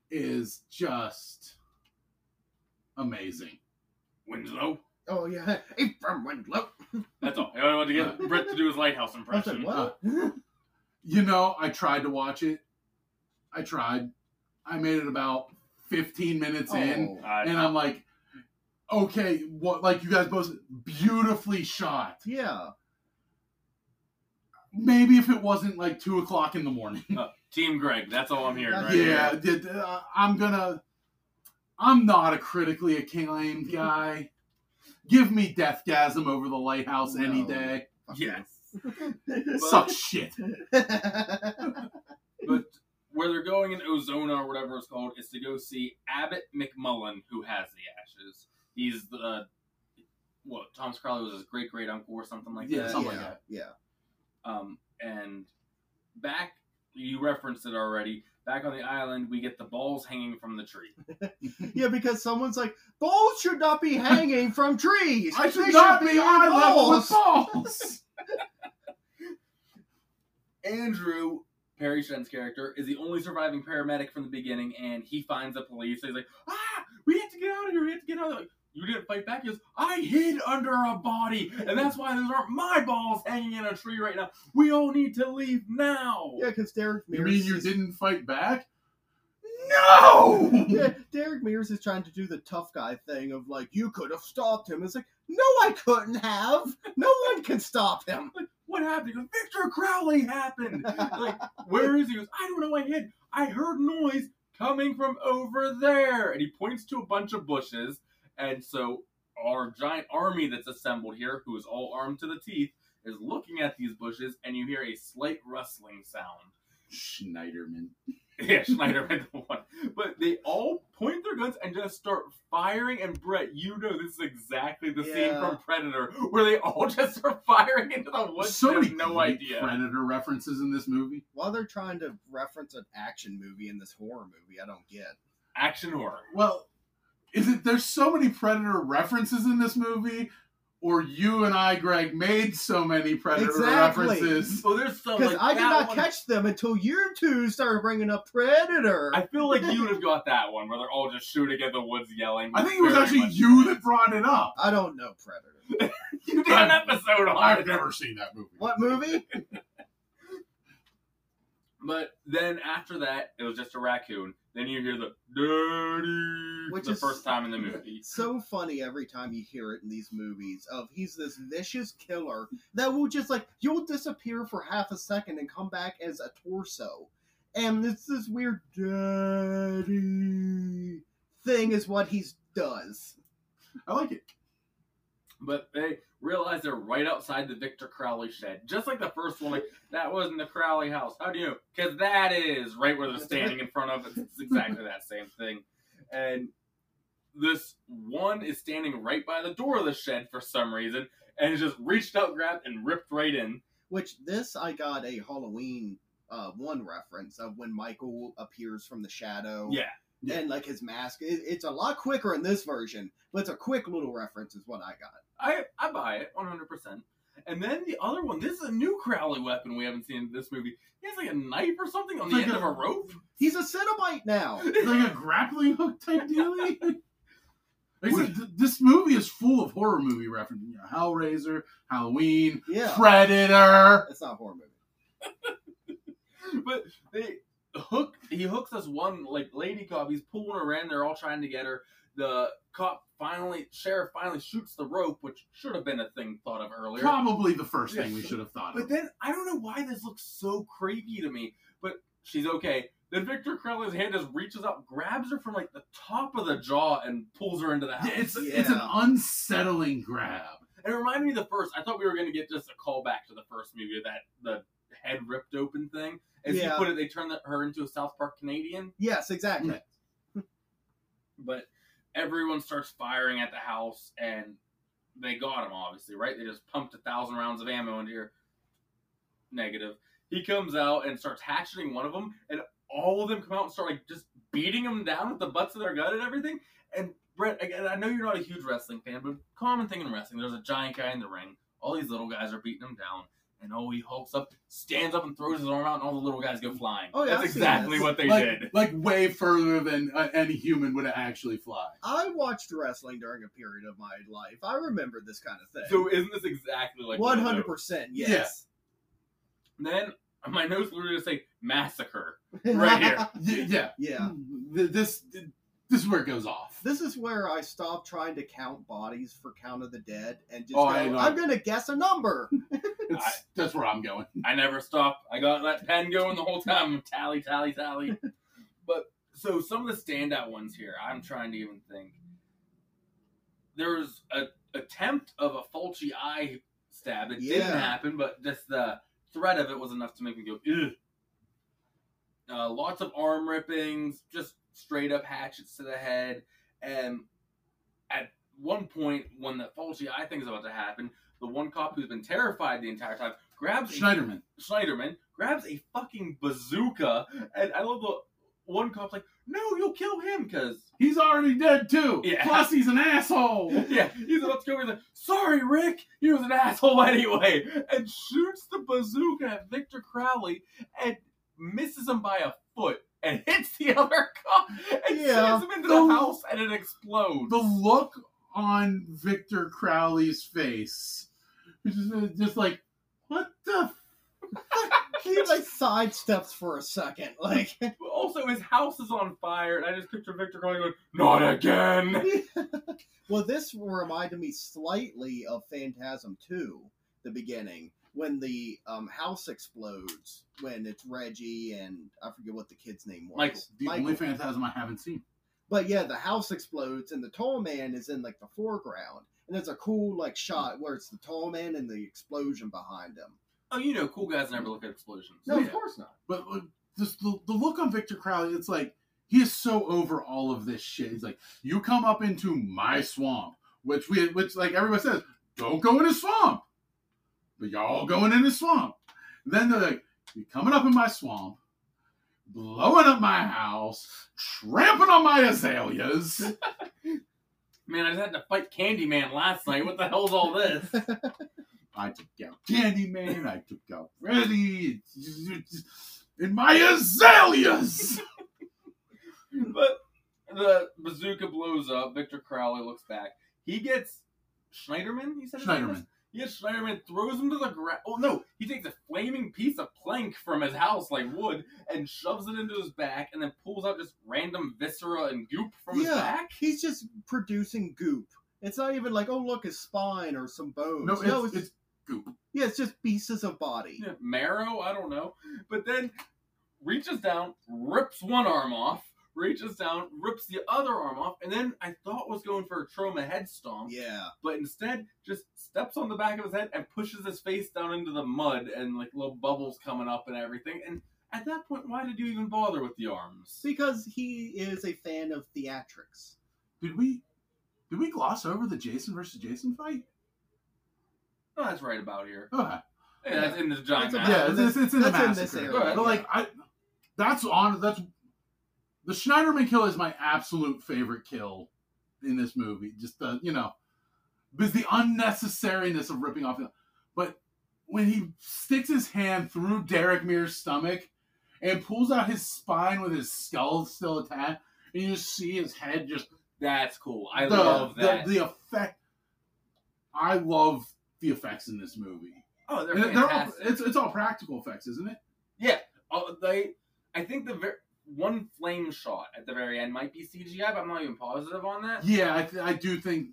Speaker 3: is just amazing.
Speaker 2: Winslow.
Speaker 1: oh yeah, hey from Winslow.
Speaker 2: That's all. I wanted to get Britt to do his lighthouse
Speaker 1: I was like,
Speaker 2: impression.
Speaker 1: what?
Speaker 3: You know, I tried to watch it. I tried. I made it about 15 minutes uh, in.
Speaker 1: Oh.
Speaker 2: I-
Speaker 3: and I'm like, okay, what? Like you guys both beautifully shot.
Speaker 1: Yeah,
Speaker 3: Maybe if it wasn't like two o'clock in the morning.
Speaker 2: Team Greg, that's all I'm hearing right
Speaker 3: yeah,
Speaker 2: now.
Speaker 3: did- uh, I'm gonna. I'm not a critically acclaimed guy. Give me Deathgasm over the Lighthouse any
Speaker 1: No.
Speaker 3: day.
Speaker 1: Fuck [laughs]
Speaker 2: Yes.
Speaker 1: you.
Speaker 3: Suck shit.
Speaker 2: But where they're going in Ozona or whatever it's called is to go see Abbott McMullen, who has the ashes. He's the what Thomas Crowley was his great great uncle or something like
Speaker 3: Yeah,
Speaker 2: that.
Speaker 3: something like
Speaker 1: yeah,
Speaker 3: that.
Speaker 1: yeah.
Speaker 2: Um, and back, you referenced it already. Back on the island, we get the balls hanging from the tree.
Speaker 1: Yeah, because someone's like, balls should not be hanging from trees.
Speaker 3: I
Speaker 1: They
Speaker 3: should not be
Speaker 1: on
Speaker 3: eye level with
Speaker 1: balls."
Speaker 3: balls.
Speaker 2: Andrew Perry Shen's character is the only surviving paramedic from the beginning, and he finds the police. So he's like, "Ah, we have to get out of here! We have to get out!" of here." you didn't fight back. He goes, I hid under a body, and that's why those aren't my balls hanging in a tree right now. We all need to leave now.
Speaker 1: Yeah, because Derek
Speaker 3: You
Speaker 1: Mears.
Speaker 3: mean you
Speaker 1: is-
Speaker 3: didn't fight back? No!
Speaker 1: Yeah, Derek Mears is trying to do the tough guy thing of like, you could have stopped him. It's like, no, I couldn't have. No one can stop him.
Speaker 2: What happened? He goes, Victor Crowley happened. like, where is he? he? Goes, I don't know. I hid. I heard noise coming from over there, and he points to a bunch of bushes. And so our giant army that's assembled here, who is all armed to the teeth, is looking at these bushes, and you hear a slight rustling sound. [laughs]
Speaker 3: Schneiderman.
Speaker 2: Yeah, Schneider had the one. But they all point their guns and just start firing. And Brett, you know this is exactly the scene
Speaker 1: Yeah.
Speaker 2: from Predator where they all [laughs] just start firing into the woods.
Speaker 3: so
Speaker 2: They have
Speaker 3: many
Speaker 2: no
Speaker 3: great
Speaker 2: idea.
Speaker 3: Predator references in this movie.
Speaker 1: While they're trying to reference an action movie in this horror movie, I don't get.
Speaker 2: Action horror.
Speaker 3: Well, is it there's so many Predator references in this movie, or you and I, Greg, made so many Predator
Speaker 1: Exactly.
Speaker 3: references?
Speaker 2: So there's some
Speaker 1: Because
Speaker 2: Oh, like
Speaker 1: I did
Speaker 2: that
Speaker 1: not
Speaker 2: one-
Speaker 1: catch them until you two started bringing up Predator.
Speaker 2: I feel like you would have got that one where they're all just shooting at the woods yelling.
Speaker 3: I think it was
Speaker 2: Very
Speaker 3: actually
Speaker 2: much-
Speaker 3: you that brought it up.
Speaker 1: I don't know Predator.
Speaker 2: you did an episode on it.
Speaker 3: I've never seen that movie.
Speaker 1: What movie?
Speaker 2: But then after that, it was just a raccoon. Then you hear the dirty
Speaker 1: Which
Speaker 2: the
Speaker 1: is-
Speaker 2: first time in the movie.
Speaker 1: so funny every time you hear it in these movies of he's this vicious killer that will just like you'll disappear for half a second and come back as a torso and this this weird daddy thing is what he's does
Speaker 3: I like it.
Speaker 2: But they realize they're right outside the Victor Crowley shed. Just like the first one, like, that wasn't the Crowley house. How do you know? Because that is right where they're standing in front of. It's it's exactly that same thing. And this one is standing right by the door of the shed for some reason and is just reached out, grabbed, and ripped right in.
Speaker 1: which this i got a halloween uh, one reference of when michael appears from the shadow
Speaker 2: Yeah.
Speaker 1: and like his mask it, it's a lot quicker in this version but it's a quick little reference is what i got
Speaker 2: I, I buy it 100%. And then the other one, this is a new Crowley weapon we haven't seen in this movie. He has like a knife or something on the
Speaker 3: Like
Speaker 2: end
Speaker 3: a-
Speaker 2: of a rope.
Speaker 1: he's a cinnamite
Speaker 2: [laughs]
Speaker 1: now
Speaker 3: It's like a grappling hook
Speaker 1: [laughs]
Speaker 3: type dealy. Except th- this movie is full of horror movie references. You know, Hellraiser, Halloween,
Speaker 1: yeah
Speaker 3: Predator.
Speaker 1: it's not a horror movie
Speaker 2: [laughs] but they hook he hooks this one like lady cop he's pulling her in they're all trying to get her the cop finally sheriff finally shoots the rope which should have been a thing thought of earlier
Speaker 3: Probably the first thing we
Speaker 2: Yeah.
Speaker 3: should have thought
Speaker 2: but
Speaker 3: of.
Speaker 2: then i don't know why this looks so creepy to me but she's okay then victor crowley's hand just reaches up grabs her from like the top of the jaw and pulls her into the house
Speaker 3: Yeah, it's it's an
Speaker 1: Yeah.
Speaker 3: unsettling grab.
Speaker 2: it reminded me of the first i thought we were going to get just a callback to the first movie that the head ripped open thing as
Speaker 1: Yeah.
Speaker 2: he put it they turned the- her into a south park canadian
Speaker 1: yes exactly
Speaker 3: Mm.
Speaker 2: but everyone starts firing at the house and they got him obviously right they just pumped a thousand rounds of ammo into your negative he comes out and starts hatcheting one of them and all of them come out and start like just beating him down with the butts of their gun and everything and brett again i know you're not a huge wrestling fan but common thing in wrestling there's a giant guy in the ring all these little guys are beating him down and oh, he hulks up, stands up, and throws his arm out, and all the little guys go flying.
Speaker 1: Oh, yeah,
Speaker 2: That's
Speaker 1: I've seen
Speaker 2: exactly
Speaker 1: this.
Speaker 2: what they
Speaker 3: like,
Speaker 2: did.
Speaker 1: [laughs]
Speaker 3: like way further than uh, any human would actually fly.
Speaker 1: I watched wrestling during a period of my life. I remember this kind of thing.
Speaker 2: So isn't this exactly like
Speaker 1: One
Speaker 2: one of those?
Speaker 1: hundred percent, yes.
Speaker 2: Then my notes were going to say massacre right here.
Speaker 3: Y- yeah,
Speaker 1: [laughs] yeah.
Speaker 3: Th- This this is where it goes off.
Speaker 1: This is where I stopped trying to count bodies for count of the dead and just
Speaker 3: Oh,
Speaker 1: go,
Speaker 3: I know.
Speaker 1: I'm gonna guess a
Speaker 3: [laughs]
Speaker 1: number.
Speaker 3: It's, that's where I'm going.
Speaker 2: I never stopped. I got that pen going the whole time. Tally, tally, tally. But so some of the standout ones here, I'm trying to even think. There's a attempt of a Fulci eye stab. It didn't
Speaker 1: Yeah.
Speaker 2: happen, but just the threat of it was enough to make me go, ugh. Uh, lots of arm rippings, just straight up hatchets to the head. And at one point, when the Fulci eye thing is about to happen, the one cop who's been terrified the entire time grabs a
Speaker 3: Schneiderman.
Speaker 2: Schneiderman grabs a fucking bazooka, and I love the one cop's like, "No, you'll kill him," because
Speaker 3: He's already dead too.
Speaker 2: Yeah.
Speaker 3: Plus he's an asshole.
Speaker 2: [laughs] yeah, he's about to go. He's like, "Sorry, Rick, he was an [laughs] asshole anyway," and shoots the bazooka at Victor Crowley and misses him by a foot and [laughs] hits the other cop and
Speaker 1: Yeah.
Speaker 2: sends him into
Speaker 3: Oh.
Speaker 2: the house and it explodes.
Speaker 3: The look on Victor Crowley's face. It's Just, it's just like, what the?
Speaker 1: He like sidesteps for a second. [laughs] Like
Speaker 2: Also, his house is on fire, and I just picture Victor Crowley going, "Not again."
Speaker 1: Well, this reminded me slightly of Phantasm 2, the beginning, when the um, house explodes, when it's Reggie and I forget what the kid's name was.
Speaker 2: Michael.
Speaker 3: The only phantasm I haven't seen.
Speaker 1: But yeah, the house explodes and the tall man is in like the foreground. And there's a cool like shot where it's the tall man and the explosion behind him.
Speaker 2: Oh, you know, cool guys never look at explosions.
Speaker 1: No,
Speaker 2: Yeah.
Speaker 1: of course not.
Speaker 3: But uh, just the, the look on Victor Crowley, it's like he is so over all of this shit. He's like, you come up into my swamp, which we, which like everybody says, don't go in his swamp. But y'all going in his swamp. Then they're like, you coming up in my swamp, blowing up my house, tramping on my azaleas.
Speaker 2: Man, I just had to fight Candyman last night. What the hell's all this?
Speaker 3: I took out Candyman. I took out Freddy. In my azaleas.
Speaker 2: but the bazooka blows up. Victor Crowley looks back. He gets Schneiderman. He said his name
Speaker 3: Schneiderman.
Speaker 2: was? He gets Schneiderman, throws him to the ground. Oh no! He takes a flaming piece of plank from his house, like wood, and shoves it into his back, and then pulls out just random viscera and goop from his
Speaker 1: Yeah.
Speaker 2: back.
Speaker 1: He's just producing goop. It's not even like, oh look, his spine or some bones.
Speaker 3: No, it's, it's, goop.
Speaker 1: yeah, it's just pieces of body.
Speaker 2: [laughs] marrow, I don't know. But then reaches down, rips one arm off, reaches down, rips the other arm off, and then I thought was going for a trauma head stomp,
Speaker 1: Yeah.
Speaker 2: but instead just steps on the back of his head and pushes his face down into the mud and like little bubbles coming up and everything. And at that point, why did you even bother with the arms?
Speaker 1: Because he is a fan of theatrics.
Speaker 3: Did we did we gloss over the Jason versus Jason fight?
Speaker 2: Oh, that's right about here.
Speaker 3: Okay.
Speaker 2: Yeah, that's in the giant
Speaker 1: That's
Speaker 2: match.
Speaker 1: a-
Speaker 3: Yeah, it's, it's, it's in the
Speaker 1: Uh, That's in this
Speaker 3: massacre.
Speaker 1: area.
Speaker 3: But like I that's on that's the Schneiderman kill is my absolute favorite kill in this movie. Just the you know because the unnecessariness of ripping off the but when he sticks his hand through Derek Mir's stomach and pulls out his spine with his skull still attached, and you just see his head just
Speaker 2: That's cool. I love
Speaker 3: the-
Speaker 2: that.
Speaker 3: The, effect. I love the effects in this movie.
Speaker 2: oh, they're
Speaker 3: And they're all-
Speaker 2: fantastic.
Speaker 3: it's, it's all practical effects, isn't it?
Speaker 2: Oh, they, I think the ver- one flame shot at the very end might be CGI, but I'm not even positive on that.
Speaker 3: Yeah, I, th- I do think.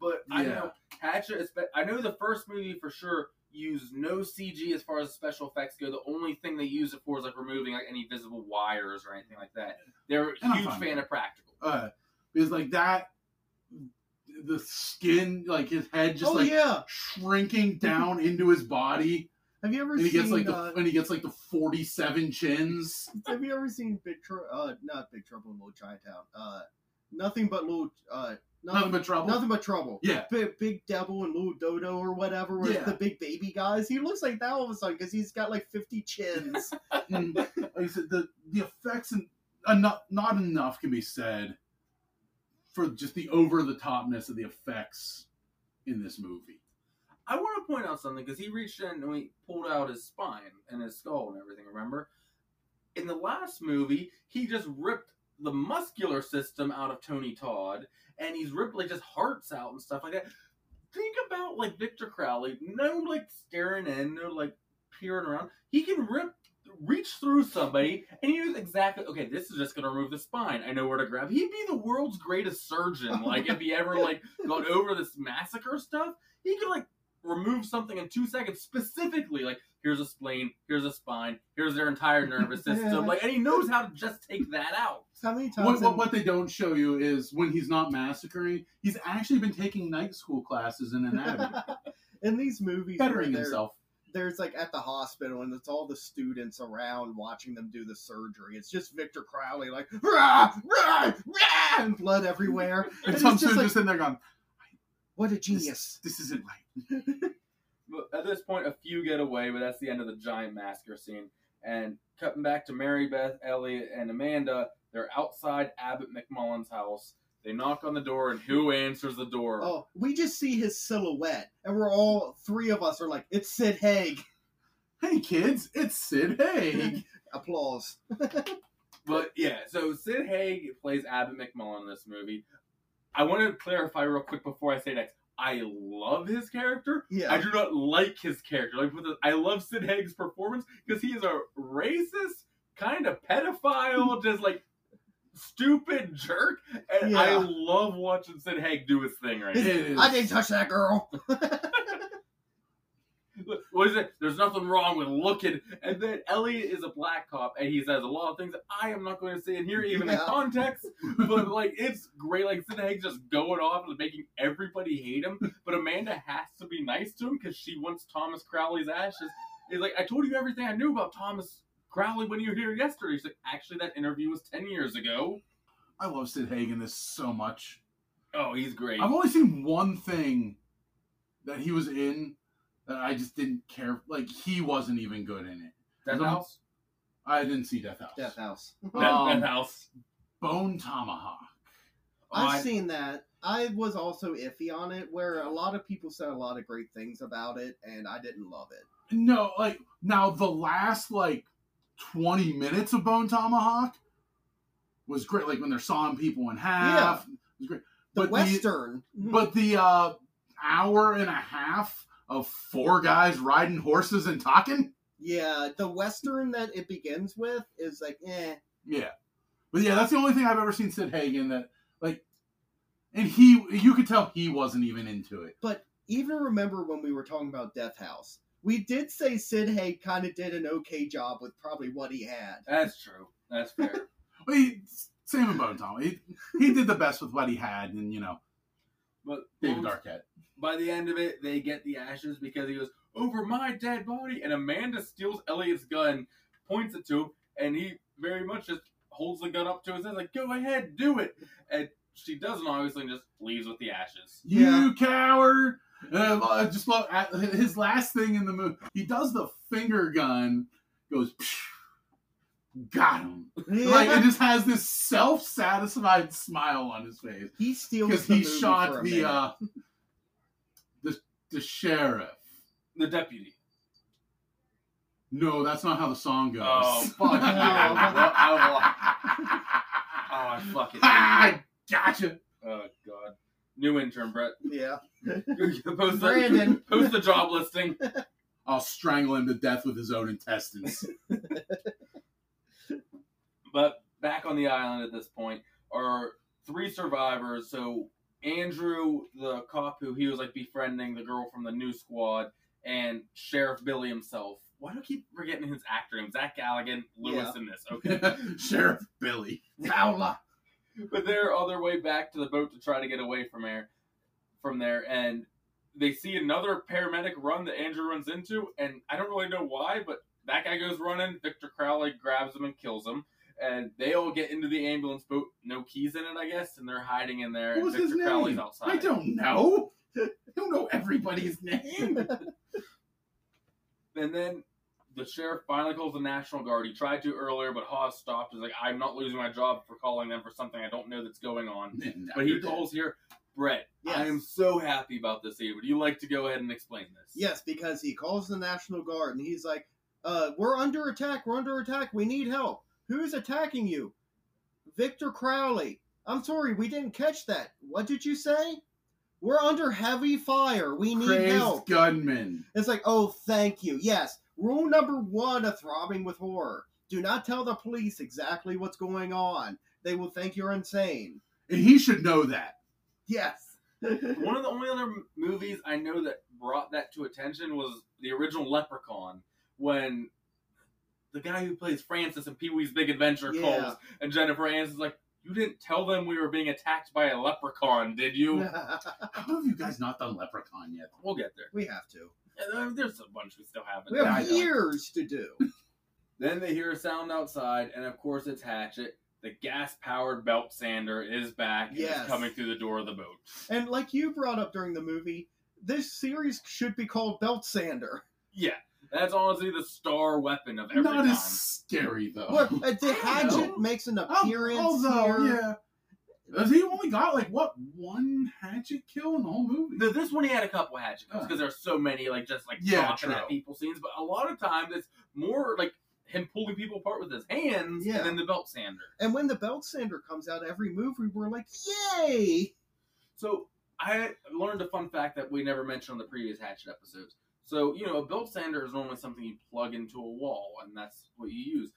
Speaker 2: But I
Speaker 3: Yeah.
Speaker 2: know Hatchet. is spe- I know the first movie for sure used no CG as far as special effects go. The only thing they used it for is like removing like any visible wires or anything like that. They're
Speaker 3: And
Speaker 2: a
Speaker 3: I'm
Speaker 2: huge
Speaker 3: fine with
Speaker 2: fan
Speaker 3: it.
Speaker 2: of practical.
Speaker 3: Uh, because like that, the skin, like his head, just
Speaker 1: oh
Speaker 3: like
Speaker 1: yeah.
Speaker 3: shrinking down into his body,
Speaker 1: Have you ever
Speaker 3: and
Speaker 1: seen?
Speaker 3: he gets like the [laughs]
Speaker 1: uh,
Speaker 3: and he gets like the forty-seven chins.
Speaker 1: have you ever seen Big Trouble? Uh, not Big Trouble in Little Chinatown. Uh, nothing but little. Uh,
Speaker 3: Nothing
Speaker 1: nothing,
Speaker 3: but trouble.
Speaker 1: nothing but trouble.
Speaker 3: Yeah.
Speaker 1: Big, Big Devil and Little Dodo or whatever with
Speaker 3: Yeah.
Speaker 1: the big baby guys. He looks like that all of a sudden because he's got like fifty
Speaker 3: [laughs]
Speaker 1: chins. Um,
Speaker 3: and like I said, the the effects and enough, not enough can be said for just the over the topness of the effects in this movie.
Speaker 2: I want to point out something because he reached in and he pulled out his spine and his skull and everything. Remember, in the last movie, he just ripped the muscular system out of Tony Todd, and he's ripped like just hearts out and stuff like that. Think about like Victor Crowley, no like staring in, no like peering around. He can rip, reach through somebody, and he knows exactly. Okay, this is just gonna remove the spine. I know where to grab. He'd be the world's greatest surgeon. Like if he ever like got over this massacre stuff, he could like remove something in two seconds specifically. Like here's a spleen, here's a spine, here's their entire nervous system. Like and he knows how to just take that out.
Speaker 1: How many times?
Speaker 3: What, what
Speaker 1: in-
Speaker 3: what they don't show you is when he's not massacring, he's actually been taking night school classes in
Speaker 1: [laughs]
Speaker 3: anatomy,
Speaker 1: in these movies, where
Speaker 3: bettering
Speaker 1: they're-
Speaker 3: himself.
Speaker 1: there's like at the hospital and it's all the students around watching them do the surgery. It's just Victor Crowley like rah, rah, rah, and blood everywhere. And
Speaker 3: And
Speaker 1: it's
Speaker 3: some
Speaker 1: just
Speaker 3: students
Speaker 1: like,
Speaker 3: just in there going,
Speaker 1: what a
Speaker 3: "This,
Speaker 1: genius.
Speaker 3: this isn't right."
Speaker 2: But at this point, a few get away, but that's the end of the giant massacre scene. And cutting back to Mary Beth, Elliot, and Amanda, they're outside Abbott McMullen's house. They knock on the door, and who answers the door?
Speaker 1: Oh, we just see his silhouette, and we're all three of us are like, it's Sid Haig.
Speaker 3: Hey kids, it's Sid
Speaker 1: [laughs]
Speaker 3: Haig.
Speaker 1: Applause.
Speaker 2: But yeah, so Sid Haig plays Abbott McMullen in this movie. I want to clarify real quick before I say next. I love his character.
Speaker 1: Yeah.
Speaker 2: I do not like his character. Like, with the, I love Sid Haig's performance because he is a racist, kind of
Speaker 1: [laughs]
Speaker 2: pedophile, just like stupid jerk. And I
Speaker 1: Yeah.
Speaker 2: love watching Sid Haig do his thing right
Speaker 3: It
Speaker 2: now.
Speaker 3: is.
Speaker 1: I didn't touch that girl.
Speaker 2: Look, What is it? There's nothing wrong with looking. And then Elliot is a black cop, and he says a lot of things that I am not going to say in here, even in
Speaker 1: Yeah.
Speaker 2: [laughs] context. But like, it's great. Like Sid Haig just going off and making everybody hate him. But Amanda has to be nice to him because she wants Thomas Crowley's ashes. It's like I told you everything I knew about Thomas Crowley when you were here yesterday. She's like, actually, that interview was ten years ago.
Speaker 3: I love Sid Haig in this so much.
Speaker 2: Oh, he's great.
Speaker 3: I've only seen one thing that he was in that I just didn't care. Like he wasn't even good in it.
Speaker 2: Death
Speaker 3: I'm-
Speaker 2: House.
Speaker 3: I didn't see Death House.
Speaker 1: Death House.
Speaker 2: Death,
Speaker 3: Um,
Speaker 2: Death House.
Speaker 3: Bone Tomahawk.
Speaker 2: Oh, I-
Speaker 1: I've seen that. I was also iffy on it, where a lot of people said a lot of great things about it, and I didn't love it.
Speaker 3: No, like now the last like twenty minutes of Bone Tomahawk was great. Like when they're sawing people in half. It was great.
Speaker 1: The
Speaker 3: But the-
Speaker 1: Western.
Speaker 3: But the uh, hour and a half of four guys riding horses and talking.
Speaker 1: yeah, the Western that it begins with is like, eh.
Speaker 3: Yeah, but yeah, that's the only thing I've ever seen Sid Hagen that like, and he you could tell he wasn't even into it.
Speaker 1: Even remember when we were talking about Death House, we did say Sid Haig kind of did an okay job with probably what he had.
Speaker 2: That's true. That's fair.
Speaker 3: But he, same in Bone Tom. He, he did the best with what he had, and you know
Speaker 2: But
Speaker 3: David
Speaker 2: Bones-
Speaker 3: Arquette.
Speaker 2: by the end of it, they get the ashes because he goes, Over my dead body. And Amanda steals Elliot's gun, points it to him, and he very much just holds the gun up to his head, like, Go ahead, do it. And she doesn't, obviously, and just leaves with the ashes.
Speaker 3: You coward! Uh, I just love uh, his last thing in the movie. He does the finger gun, goes, "Phew, got him. Like it just has this self-satisfied smile on his face.
Speaker 1: [laughs] he steals
Speaker 3: because
Speaker 1: the
Speaker 3: he
Speaker 1: movie for
Speaker 3: shot
Speaker 1: a
Speaker 3: the
Speaker 1: minute.
Speaker 3: uh, the the sheriff.
Speaker 2: The deputy.
Speaker 3: No, that's not how the song goes.
Speaker 2: Oh, fuck
Speaker 1: you.
Speaker 2: Oh, I
Speaker 3: [laughs]
Speaker 2: fucking.
Speaker 3: Ah, gotcha.
Speaker 2: oh, God. New intern, Brett. [laughs]
Speaker 1: yeah.
Speaker 3: [laughs]
Speaker 2: post, the,
Speaker 1: Brandon.
Speaker 2: post the job listing.
Speaker 3: I'll strangle him to death with his own intestines. [laughs]
Speaker 2: But back on the island at this point are three survivors. So Andrew, the cop who he was like befriending the girl from the new squad, and Sheriff Billy himself. Why do I keep forgetting his actor name? Zach Galligan, Lewis in this. Okay.
Speaker 3: Sheriff Billy.
Speaker 1: Paula.
Speaker 2: but they're on their way back to the boat to try to get away from there from there and they see another paramedic run that Andrew runs into and I don't really know why, but that guy goes running, Victor Crowley grabs him and kills him. And they all get into the ambulance boat, no keys in it, I guess, and they're hiding in there.
Speaker 3: What was
Speaker 2: and
Speaker 3: his
Speaker 2: Victor Crowley's
Speaker 3: name?
Speaker 2: outside. [laughs]
Speaker 3: I don't know. I don't know everybody's name.
Speaker 2: And then the sheriff finally calls the National Guard. He tried to earlier, but Hawes stopped. He's like, I'm not losing my job for calling them for something I don't know that's going on. But he calls here, Brett. I
Speaker 1: Yes.
Speaker 2: am so happy about this scene. Would you like to go ahead and explain this?
Speaker 1: Yes, because he calls the National Guard and he's like, uh, "We're under attack. We're under attack. We need help. Who's attacking you?" Victor Crowley. I'm sorry, we didn't catch that. What did you say? We're under heavy fire. We need
Speaker 3: Crazed
Speaker 1: help.
Speaker 3: gunman.
Speaker 1: It's like, oh, thank you. Yes. Rule number one of throbbing with horror: do not tell the police exactly what's going on. They will think you're insane.
Speaker 3: And he should know that.
Speaker 1: Yes.
Speaker 2: One of the only other movies I know that brought that to attention was the original Leprechaun, when the guy who plays Francis in Pee Wee's Big Adventure
Speaker 1: Yeah.
Speaker 2: calls, and Jennifer Aniston's like, "You didn't tell them we were being attacked by a leprechaun, did you?"
Speaker 3: How have you guys not done Leprechaun yet?
Speaker 2: We'll get there.
Speaker 1: [laughs] we have to.
Speaker 2: Yeah, there- There's a bunch we still haven't.
Speaker 1: We
Speaker 3: Yeah, I
Speaker 1: have
Speaker 3: know.
Speaker 1: years to do.
Speaker 2: Then they hear a sound outside, and of course it's Hatchet. The gas-powered belt sander is back and is
Speaker 1: Yes.
Speaker 2: coming through the door of the boat.
Speaker 1: And like you brought up during the movie, this series should be called Belt Sander.
Speaker 2: Yeah, that's honestly the star weapon of every
Speaker 3: not
Speaker 2: time.
Speaker 3: as scary
Speaker 2: Oh.
Speaker 3: though. [laughs]
Speaker 1: Look, uh, the Hatchet
Speaker 3: know.
Speaker 1: makes an
Speaker 3: Al-
Speaker 1: appearance
Speaker 3: although,
Speaker 1: here.
Speaker 3: yeah. Does he only got like what one hatchet kill in the whole movie?
Speaker 2: Th- this one he had a couple hatchet kills
Speaker 3: Huh.
Speaker 2: because there's so many like just like
Speaker 3: Yeah,
Speaker 2: chopping at
Speaker 3: true.
Speaker 2: people scenes, but a lot of times it's more like him pulling people apart with his hands
Speaker 1: Yeah.
Speaker 2: than the belt sander.
Speaker 1: And when the Belt Sander comes out every movie, we're like, yay!
Speaker 2: So I learned a fun fact that we never mentioned on the previous Hatchet episodes. So you know, a belt sander is normally something you plug into a wall, and that's what you use.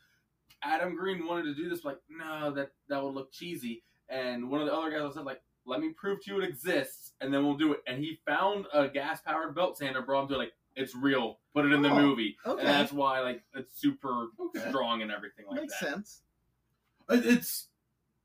Speaker 2: Adam Green wanted to do this, like, no, that that would look cheesy. And one of the other guys said, like, let me prove to you it exists, and then we'll do it. And he found a gas powered belt sander, brought him to it, like, it's real. Put it in the
Speaker 1: Oh,
Speaker 2: movie,
Speaker 1: Okay,
Speaker 2: and that's why like it's super
Speaker 3: Okay.
Speaker 2: strong and everything like
Speaker 1: makes
Speaker 2: that.
Speaker 1: sense.
Speaker 3: It- It's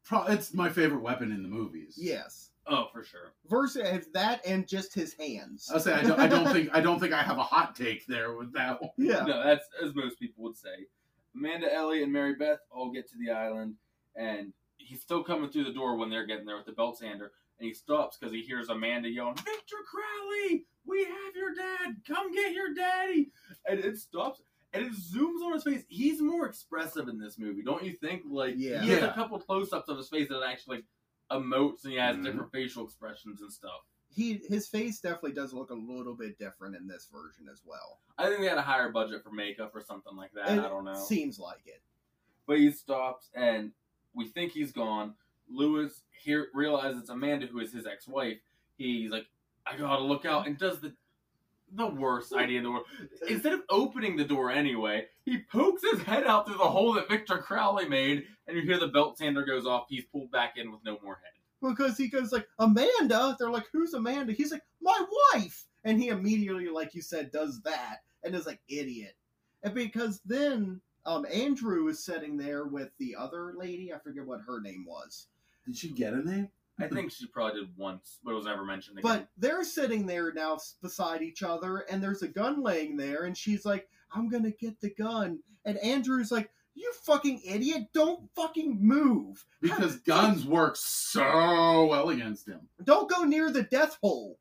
Speaker 3: pro- it's my favorite weapon in the movies.
Speaker 1: Yes,
Speaker 2: Oh, for sure.
Speaker 1: versus that and just his hands.
Speaker 2: Uh,
Speaker 3: I say I don't, I don't think I don't think I have a hot take there with that one.
Speaker 1: yeah,
Speaker 2: No, that's as most people would say. Amanda, Ellie, and Mary Beth all get to the island, and he's still coming through the door when they're getting there with the belt sander, and he stops because he hears Amanda yelling, "Victor Crowley, we have your dad. Come get your daddy!" And it stops. And it zooms on his face. He's more expressive in this movie, don't you think? Like
Speaker 1: Yeah.
Speaker 2: he has a
Speaker 3: Yeah.
Speaker 2: couple close ups of his face that actually like, emotes and he has
Speaker 3: Mhm.
Speaker 2: different facial expressions and stuff.
Speaker 1: he his face definitely does look a little bit different in this version as well.
Speaker 2: I think they had a higher budget for makeup or something like that.
Speaker 1: It
Speaker 2: I don't know.
Speaker 1: Seems like it.
Speaker 2: But he stops, and we think he's gone. Lewis here realizes it's Amanda, who is his ex-wife. He's like, "I gotta look out," and does the the worst idea in the world. Instead of opening the door anyway, he pokes his head out through the hole that Victor Crowley made, and you hear the belt sander goes off. He's pulled back in with no more head.
Speaker 1: because he goes like Amanda. They're like, "Who's Amanda?" He's like, "My wife," and he immediately, like you said, does that and is like, "Idiot," and because then um Andrew is sitting there with the other lady. I forget what her name was,
Speaker 3: Did she get a name?
Speaker 2: I think she probably did once, but it was never mentioned again.
Speaker 1: but they're sitting there now s- beside each other, and there's a gun laying there, and she's like, "I'm gonna get the gun," and Andrew's like. You fucking idiot! Don't fucking move!
Speaker 3: Because guns work so well against him.
Speaker 1: Don't go near the death hole!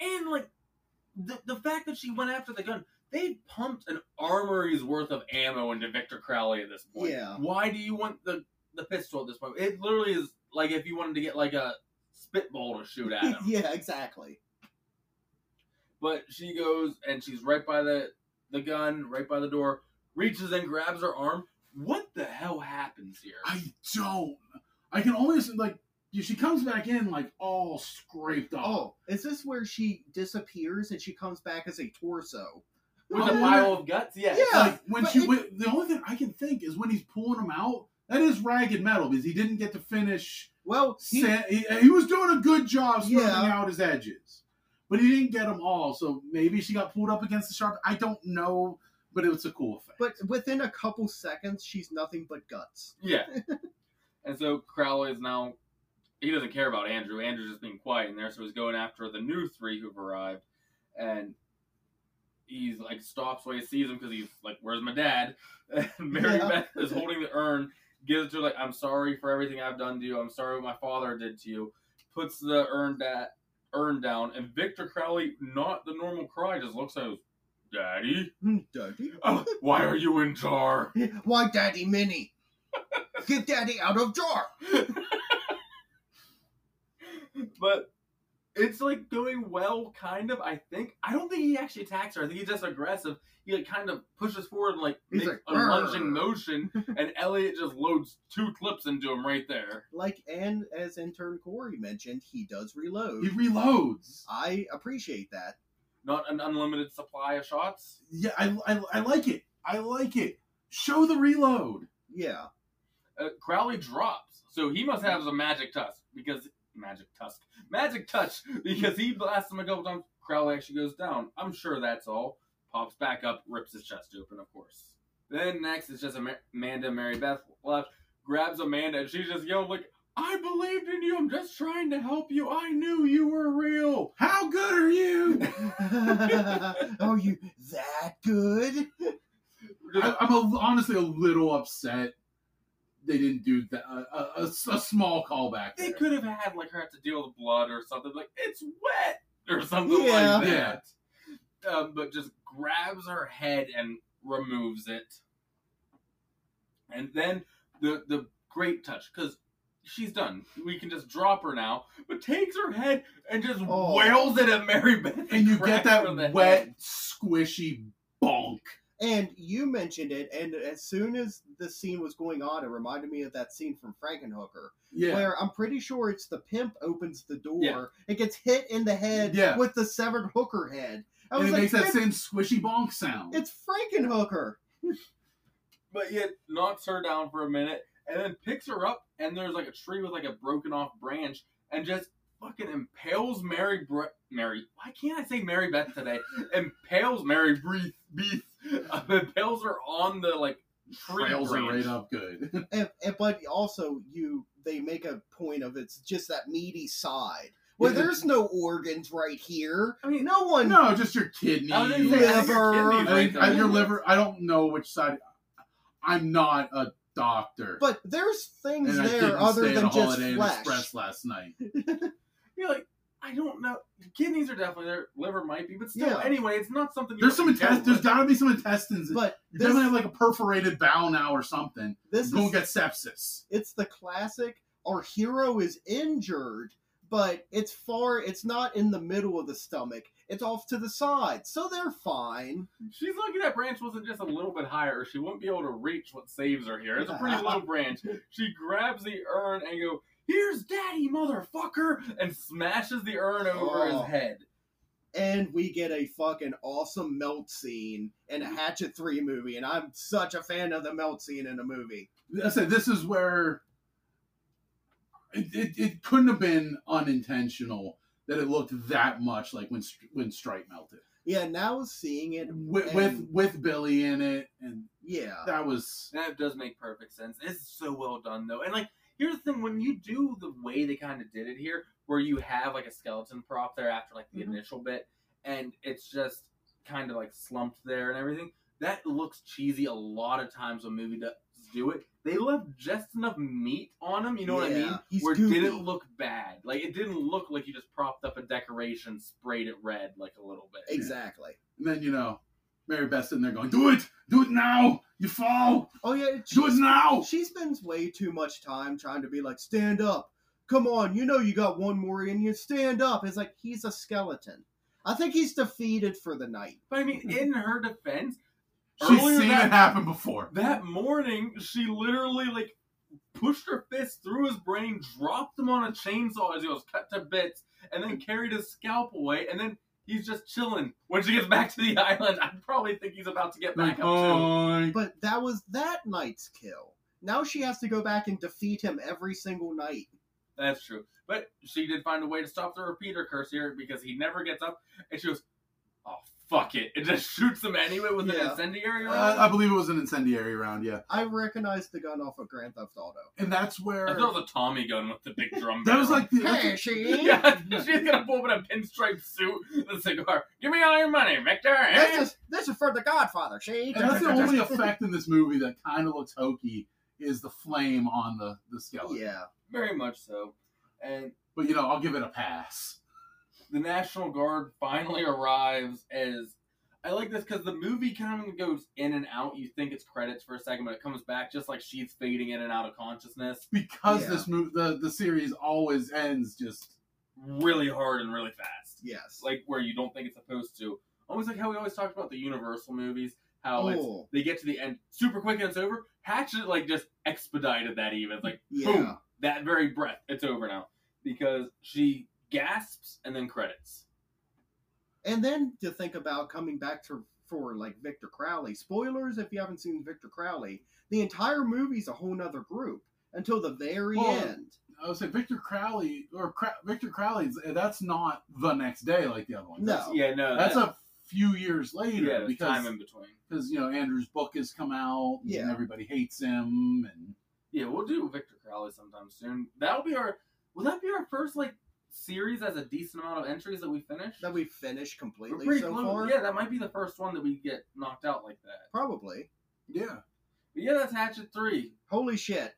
Speaker 2: And like the the fact that she went after the gun, they pumped an armory's worth of ammo into Victor Crowley at this point.
Speaker 1: Yeah.
Speaker 2: Why do you want the the pistol at this point? It literally is like if you wanted to get like a spitball to
Speaker 1: [laughs]
Speaker 2: shoot at him.
Speaker 1: yeah, exactly.
Speaker 2: But she goes and she's right by the the gun, right by the door, reaches and grabs her arm. What the hell happens here?
Speaker 3: I don't. I can only assume, like she comes back in like all scraped off.
Speaker 1: Oh, is this where she disappears and she comes back as a torso?
Speaker 2: With
Speaker 3: Oh,
Speaker 2: a pile of guts? Yes.
Speaker 1: Yeah.
Speaker 3: like when
Speaker 1: but
Speaker 3: she
Speaker 1: it-
Speaker 3: went, the only thing I can think is when he's pulling him out. That is ragged metal because he didn't get to finish
Speaker 1: Well, he,
Speaker 3: Sa- he, he was doing a good job smoothing
Speaker 1: Yeah.
Speaker 3: out his edges, but he didn't get them all. So maybe she got pulled up against the sharp. I don't know, but it was a cool effect.
Speaker 1: but within a couple seconds, she's nothing but guts.
Speaker 2: Yeah. and so Crowley is now he doesn't care about Andrew. Andrew's just being quiet in there, so he's going after the new three who've arrived, and he's like stops when he sees him because he's like, "Where's my dad?" [laughs] And Mary
Speaker 1: Yeah.
Speaker 2: Beth is holding the urn, gives it to her like, "I'm sorry for everything I've done to you. I'm sorry what my father did to you." Puts the urn da- urn down, and Victor Crowley, not the normal cry, just looks at him. Daddy,
Speaker 1: Hmm, Daddy? [laughs]
Speaker 2: oh, why are you in jar?
Speaker 1: Why, Daddy Minnie? Get Daddy out of jar!
Speaker 2: but it's like going well, kind of. I think I don't think he actually attacks her. I think he's just aggressive. He like kind of pushes forward and like
Speaker 1: He's
Speaker 2: makes
Speaker 1: like,
Speaker 2: a lunging
Speaker 1: "Arr." [laughs]
Speaker 2: motion, and Elliot just loads two clips into him right there.
Speaker 1: Like, and as intern Corey mentioned, he does reload.
Speaker 3: He reloads.
Speaker 1: I appreciate that.
Speaker 2: Not an unlimited supply of shots.
Speaker 3: Yeah, I, I, I like it. I like it. Show the reload.
Speaker 1: Yeah. [laughs]
Speaker 2: Uh, Crowley drops, so he must have some magic tusk because magic tusk, magic touch because he blasts him a couple times. Crowley actually goes down. I'm sure that's all. Pops back up, rips his chest open, of course. Then next is just Ama- Amanda, Mary Beth left, grabs Amanda, and she's just yelling like, "I believed in you. I'm just trying to help you. I knew you were real."
Speaker 3: How good
Speaker 1: [laughs]
Speaker 3: are you?
Speaker 1: Are you that good?
Speaker 3: I, I'm a, honestly a little upset they didn't do that. A, a- a s- a small callback.
Speaker 2: they
Speaker 3: there.
Speaker 2: could have had like her have to deal with blood or something like it's wet or something
Speaker 1: Yeah.
Speaker 2: like
Speaker 3: Yeah.
Speaker 2: that. Um, but just grabs her head and removes it, and then the the great touch because she's done. We can just drop her now, but takes her head and just
Speaker 1: Oh.
Speaker 2: wails it at Mary Beth,
Speaker 3: And you
Speaker 2: cracks
Speaker 3: get
Speaker 2: her in the
Speaker 3: that
Speaker 2: head.
Speaker 3: wet, squishy bonk.
Speaker 1: And you mentioned it, and as soon as the scene was going on, it reminded me of that scene from Frankenhooker,
Speaker 3: Yeah.
Speaker 1: where I'm pretty sure it's the pimp opens the door,
Speaker 2: Yeah.
Speaker 1: it gets hit in the head
Speaker 3: Yeah.
Speaker 1: with the severed hooker head. I
Speaker 3: And
Speaker 1: was
Speaker 3: it
Speaker 1: like,
Speaker 3: makes that
Speaker 1: "Man,
Speaker 3: same squishy bonk sound.
Speaker 1: it's Frankenhooker.
Speaker 2: But yet knocks her down for a minute and then picks her up and there's like a tree with like a broken off branch and just fucking impales Mary Bre- Mary why can't I say Mary Beth today? impales Mary Breath Beef [laughs] impales her on the like tree
Speaker 3: Trails are
Speaker 2: branch.
Speaker 3: right up good.
Speaker 1: and, and but also you they make a point of it's just that meaty side. Well,
Speaker 3: Yeah.
Speaker 1: there's no organs right here.
Speaker 2: I mean
Speaker 1: No one.
Speaker 3: [laughs] no, just your kidney.
Speaker 2: I was gonna say, I think
Speaker 1: Liver.
Speaker 2: your kidneys
Speaker 3: I
Speaker 2: right
Speaker 3: think
Speaker 2: there.
Speaker 3: your liver. I don't know which side. I'm not a doctor,
Speaker 1: But there's things
Speaker 3: and I
Speaker 1: there
Speaker 3: didn't
Speaker 1: other
Speaker 3: stay at a
Speaker 1: than just
Speaker 3: Holiday Inn
Speaker 1: flesh.
Speaker 3: Express last night.
Speaker 2: You're like, I don't know. Kidneys are definitely there. Liver might be, but still,
Speaker 1: Yeah.
Speaker 2: anyway, it's not something. You
Speaker 3: There's some intest.
Speaker 2: intestines.
Speaker 3: There's got to be some intestines. [laughs]
Speaker 1: But
Speaker 3: you
Speaker 1: this,
Speaker 3: definitely have like a perforated bowel now or something.
Speaker 1: this
Speaker 3: You're gonna
Speaker 1: is
Speaker 3: get sepsis.
Speaker 1: it's the classic. Our hero is injured, but it's far. It's not in the middle of the stomach. It's off to the side, so they're fine.
Speaker 2: She's lucky that branch wasn't just a little bit higher. She wouldn't be able to reach what saves her here. It's a pretty low branch. She grabs the urn and go, "Here's daddy, motherfucker!" and smashes the urn over
Speaker 1: Oh.
Speaker 2: his head.
Speaker 1: And we get a fucking awesome melt scene in a Hatchet Three movie, and I'm such a fan of the melt scene in a movie.
Speaker 3: I said this is where it, it, it couldn't have been unintentional that it looked that much like when Str- when Stripe melted
Speaker 1: Yeah, now seeing it,
Speaker 3: with with,
Speaker 1: And-
Speaker 3: with Billy in it, and
Speaker 1: yeah,
Speaker 3: that was
Speaker 2: That does make perfect sense. It's so well done though. And like here's the thing, when you do the way they kind of did it here, where you have like a skeleton prop there after like the
Speaker 1: Mhm.
Speaker 2: initial bit, and it's just kind of like slumped there and everything, that looks cheesy a lot of times when movie does do it. They left just enough meat on him, you know what I
Speaker 1: Yeah,
Speaker 2: mean?
Speaker 1: he's
Speaker 2: Where it
Speaker 1: goopy.
Speaker 2: didn't look bad. Like it didn't look like you just propped up a decoration, sprayed it red like a little bit.
Speaker 1: exactly.
Speaker 3: and then you know Mary Beth in there going, "Do it, do it now, you fall,
Speaker 1: Oh yeah,
Speaker 3: do it now."
Speaker 1: she spends way too much time trying to be like, stand up. Come on, you know you got one more in you. Stand up. It's like he's a skeleton. I think he's defeated for the night.
Speaker 2: But
Speaker 1: [laughs]
Speaker 2: I mean, in her defense,
Speaker 3: She's
Speaker 2: earlier
Speaker 3: seen
Speaker 2: that
Speaker 3: it happen before.
Speaker 2: That morning, she literally like pushed her fist through his brain, dropped him on a chainsaw as he was cut to bits, and then carried his scalp away. And then he's just chilling. When she gets back to the [laughs] island, I probably think he's about to get back
Speaker 3: Like,
Speaker 2: up too.
Speaker 3: oh,
Speaker 1: But that was that night's kill. Now she has to go back and defeat him every single night.
Speaker 2: That's true. But she did find a way to stop the repeater curse here because he never gets up. And she goes, "Oh fuck it!" and just shoots him anyway with an
Speaker 1: Yeah.
Speaker 2: incendiary
Speaker 3: uh,
Speaker 2: round.
Speaker 3: I believe it was an incendiary round, yeah,
Speaker 1: I recognize the gun off of Grand Theft Auto.
Speaker 3: and that's where
Speaker 2: I thought it was a Tommy gun with the big drum.
Speaker 3: that was
Speaker 2: barrel.
Speaker 3: like the
Speaker 1: Hey, [laughs] she.
Speaker 2: Yeah, [laughs] she's gonna pull up in a pinstripe suit and a cigar. Give me all your money, Victor. eh?"
Speaker 1: This is this is for the Godfather. She.
Speaker 3: And that's the only effect in this movie that kind of looks hokey is the flame on the, the skeleton.
Speaker 1: [laughs] Yeah.
Speaker 2: Very much so. And
Speaker 3: But you know, I'll give it a pass.
Speaker 2: the National Guard finally arrives as I like this because the movie kind of goes in and out. You think it's credits for a second, but it comes back just like she's fading in and out of consciousness
Speaker 3: Because
Speaker 1: Yeah.
Speaker 3: this movie the, the series always ends just
Speaker 2: really hard and really fast.
Speaker 1: Yes.
Speaker 2: Like where you don't think it's supposed to. Almost like how we always talked about the Universal movies, how it's
Speaker 1: oh,
Speaker 2: they get to the end super quick and it's over. Hatchet like just expedited that even. It's like
Speaker 1: yeah.
Speaker 2: boom. that very breath. It's over now because she gasps and then credits.
Speaker 1: And then to think about coming back to for like Victor Crowley. Spoilers if you haven't seen Victor Crowley. The entire movie's a whole nother group until the very
Speaker 3: Well,
Speaker 1: end.
Speaker 3: I would say Victor Crowley or Cra- Victor Crowley's that's not the next day like the other one.
Speaker 1: No.
Speaker 3: That's,
Speaker 2: Yeah, no,
Speaker 3: that's a few years later
Speaker 2: yeah, there's time
Speaker 3: because
Speaker 2: in between.
Speaker 3: because you know Andrew's book has come out
Speaker 1: Yeah.
Speaker 3: and everybody hates him and
Speaker 2: Yeah, we'll do Victor Crowley sometime soon. That'll be our. Will that be our first like series as a decent amount of entries that we finish?
Speaker 1: That we finished
Speaker 2: We're
Speaker 1: completely
Speaker 2: pretty
Speaker 1: so
Speaker 2: close.
Speaker 1: far.
Speaker 2: Yeah, that might be the first one that we get knocked out like that.
Speaker 1: Probably.
Speaker 3: yeah,
Speaker 2: But yeah, that's Hatchet three.
Speaker 1: Holy shit.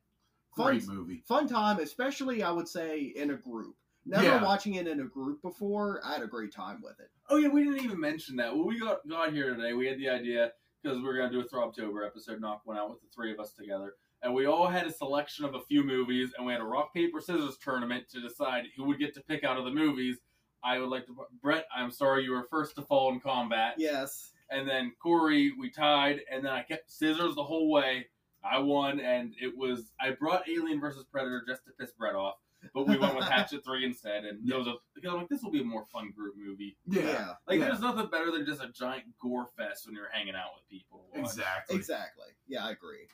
Speaker 1: Fun
Speaker 3: great movie.
Speaker 1: fun time, especially I would say in a group. Never
Speaker 3: Yeah.
Speaker 1: watching it in a group before, I had a great time with it.
Speaker 2: Oh yeah, we didn't even mention that. When we got got here today, we had the idea because we were gonna do a Throbtober episode, knock one out with the three of us together, and we all had a selection of a few movies, and we had a rock paper scissors tournament to decide who would get to pick out of the movies. I would like to, Brett. I'm sorry, you were first to fall in combat.
Speaker 1: Yes.
Speaker 2: And then Corey, we tied, and then I kept scissors the whole way. I won, and it was I brought Alien versus Predator just to piss Brett off, but we went with Hatchet Three instead, and it was a, because I'm like this will be a more fun group movie.
Speaker 3: Yeah,
Speaker 2: Like
Speaker 3: Yeah.
Speaker 2: there's nothing better than just a giant gore fest when you're hanging out with people. to watch.
Speaker 3: exactly.
Speaker 1: exactly. Yeah, I agree.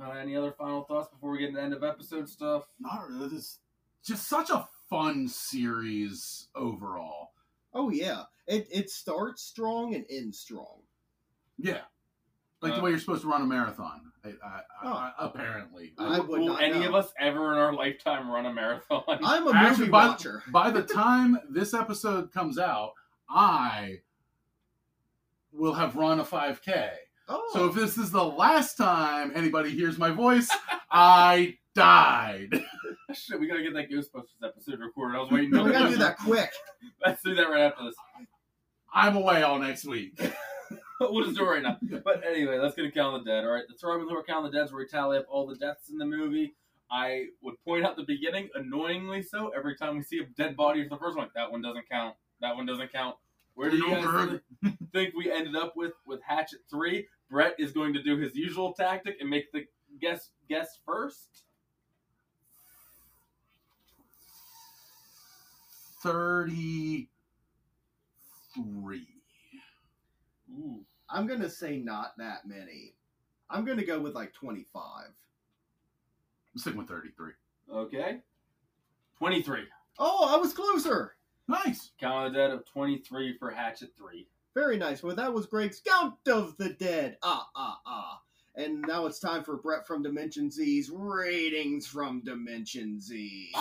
Speaker 2: Uh, any other final thoughts before we get into end of episode stuff?
Speaker 3: Not really. This is just such a fun series overall.
Speaker 1: Oh yeah, it it starts strong and ends strong.
Speaker 3: Yeah. Like
Speaker 2: Uh,
Speaker 3: the way you're supposed to run a marathon, I, I,
Speaker 1: Oh.
Speaker 3: I, apparently.
Speaker 1: I would
Speaker 2: Will
Speaker 1: not
Speaker 2: any
Speaker 1: know.
Speaker 2: of us ever in our lifetime run a marathon?
Speaker 1: I'm a
Speaker 3: Actually,
Speaker 1: movie
Speaker 3: by-
Speaker 1: watcher.
Speaker 3: By the time this episode comes out, I will have run a 5K.
Speaker 1: Oh,
Speaker 3: So if this is the last time anybody hears my voice, I died.
Speaker 2: [laughs] Shit, we gotta get that Ghostbusters episode recorded.
Speaker 1: [laughs]
Speaker 2: I was waiting.
Speaker 1: we
Speaker 2: to-
Speaker 1: gotta do
Speaker 3: [laughs]
Speaker 1: that quick.
Speaker 2: Let's do that right after this.
Speaker 3: I'm away all next week.
Speaker 2: [laughs] we'll just do it right now. But anyway, let's get a count of the dead. All right, the Robin Hood count of the deads where we tally up all the deaths in the movie. I would point out the beginning, annoyingly so, every time we see a dead body for the first one, like, that one doesn't count. That one doesn't count. Where do you guys
Speaker 3: Newberg.
Speaker 2: [laughs] think we ended up with with Hatchet three? Brett is going to do his usual tactic and make the guess guess first.
Speaker 3: 33.
Speaker 2: Ooh,
Speaker 1: I'm gonna say not that many. I'm gonna go with like 25.
Speaker 3: I'm sticking with 33.
Speaker 2: okay, twenty three.
Speaker 1: Oh, I was closer.
Speaker 3: Nice.
Speaker 2: Count of the dead of twenty three for Hatchet three.
Speaker 1: Very nice. Well, that was Greg's Count of the Dead. Ah, ah, ah. And now it's time for Brett from Dimension Z's ratings from Dimension Z.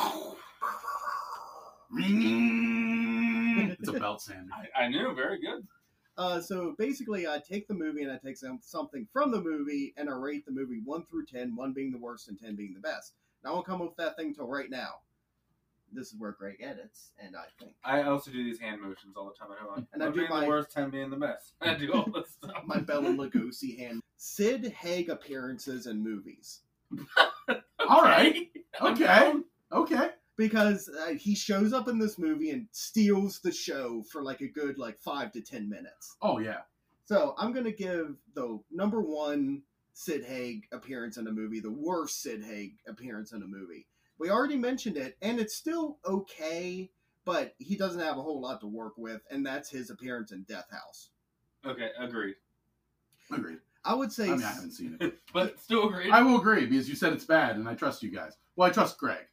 Speaker 3: it's a belt sander.
Speaker 2: I, I knew, very good.
Speaker 1: Uh, so basically, I take the movie and I take some, something from the movie and I rate the movie 1 through 10, 1 being the worst and 10 being the best. And I won't come up with that thing till right now. This is where Greg edits, and I think
Speaker 2: I also do these hand motions all the time. I don't
Speaker 1: And I
Speaker 2: like one
Speaker 1: do
Speaker 2: being the
Speaker 1: my-
Speaker 2: worst, ten being the best. [laughs] I do all this stuff.
Speaker 1: my Bella Lugosi hand. Sid Haig appearances in movies.
Speaker 3: All right.
Speaker 2: Okay.
Speaker 3: Okay. Okay.
Speaker 1: because uh, he shows up in this movie and steals the show for like a good like five to ten minutes.
Speaker 3: Oh yeah.
Speaker 1: So I'm gonna give the number one Sid Haig appearance in a movie, the worst Sid Haig appearance in a movie. We already mentioned it, and it's still okay, but he doesn't have a whole lot to work with, and that's his appearance in Death House.
Speaker 2: Okay, agreed.
Speaker 3: Agreed.
Speaker 1: I would say
Speaker 3: I mean, I haven't seen it.
Speaker 2: But still agreed.
Speaker 3: I will agree because you said it's bad, and I trust you guys. Well, I trust Greg.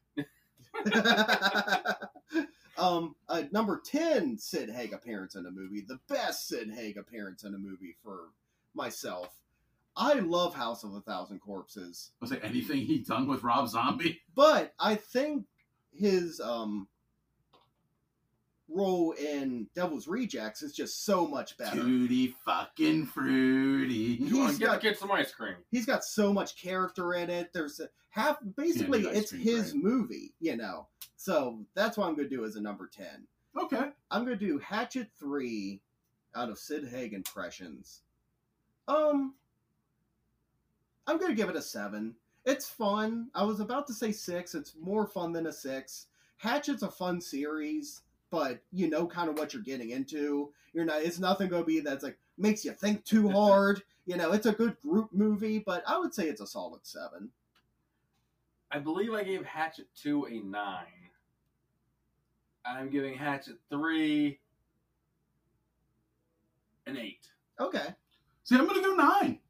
Speaker 1: [laughs] um, uh, number 10 Sid Haig appearance in a movie, the best Sid Haig appearance in a movie for myself. I love House of a Thousand Corpses,
Speaker 3: Was it anything he done with Rob Zombie?
Speaker 1: but I think his um, role in Devil's Rejects is just so much better.
Speaker 3: Tutti fucking fruity.
Speaker 2: you want
Speaker 1: he's
Speaker 2: to get
Speaker 1: got-
Speaker 2: the kids some ice cream.
Speaker 1: He's got so much character in it. There's a, half basically
Speaker 3: ice
Speaker 1: it's
Speaker 3: cream
Speaker 1: his
Speaker 3: brand.
Speaker 1: movie, you know. So that's what I'm gonna do as a number ten.
Speaker 3: Okay.
Speaker 1: I'm gonna do Hatchet three out of Sid Haig impressions. Um, I'm gonna give it a seven. It's fun. I was about to say six. It's more fun than a six. Hatchet's a fun series, but you know kind of what you're getting into. You're not. It's nothing gonna be that's like makes you think
Speaker 3: [laughs]
Speaker 1: too hard. You know, it's a good group movie, but I would say it's a solid seven.
Speaker 2: I believe I gave Hatchet two a nine. I'm giving Hatchet three an eight.
Speaker 1: Okay.
Speaker 3: See, I'm gonna go nine.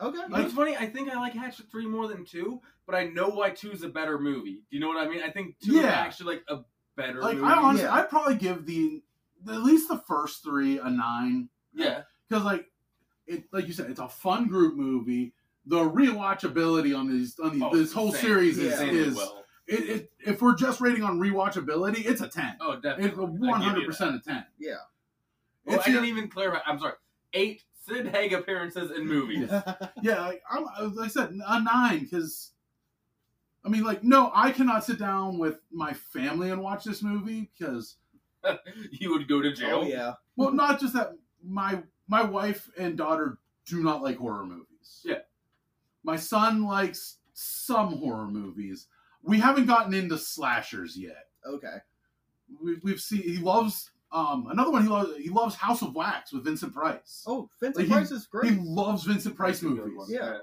Speaker 1: Okay.
Speaker 2: You know what's funny? I think I like Hatchet three more than two, but I know why two is a better movie. Do you know what I mean? I think two is
Speaker 3: Yeah.
Speaker 2: actually like a better
Speaker 3: Like
Speaker 2: movie.
Speaker 3: I honestly,
Speaker 1: Yeah.
Speaker 3: I'd probably give the at least the first three a nine
Speaker 2: yeah.
Speaker 3: because like it, like you said, it's a fun group movie. The rewatchability on these on these,
Speaker 2: Oh,
Speaker 3: this whole
Speaker 2: insane.
Speaker 3: series is,
Speaker 1: Yeah.
Speaker 2: Insanely
Speaker 3: is
Speaker 2: well.
Speaker 3: it, it, if we're just rating on rewatchability, it's a ten.
Speaker 2: Oh, definitely.
Speaker 3: It's a one hundred percent a ten.
Speaker 1: Yeah.
Speaker 2: Well,
Speaker 3: It's
Speaker 2: I
Speaker 3: your-
Speaker 2: didn't even clarify. I'm sorry. Eight Sid Haig appearances
Speaker 1: [laughs]
Speaker 2: in movies.
Speaker 1: Oh,
Speaker 3: yeah, like, I'm, I- like I said, a nine because, I mean, like, no, I cannot sit down with my family and watch this movie because,
Speaker 2: [laughs] you would go to jail.
Speaker 1: oh yeah.
Speaker 3: well, not just that my my wife and daughter do not like horror movies.
Speaker 2: Yeah.
Speaker 3: my son likes some horror movies. We haven't gotten into slashers yet.
Speaker 1: Okay.
Speaker 3: We, we've seen he loves Um, another one he loves. He loves House of Wax with Vincent Price.
Speaker 1: Oh, Vincent
Speaker 3: Like, he-
Speaker 1: Price is great.
Speaker 3: He loves Vincent Price
Speaker 2: That's a good
Speaker 3: movies.
Speaker 2: one.
Speaker 1: Yeah.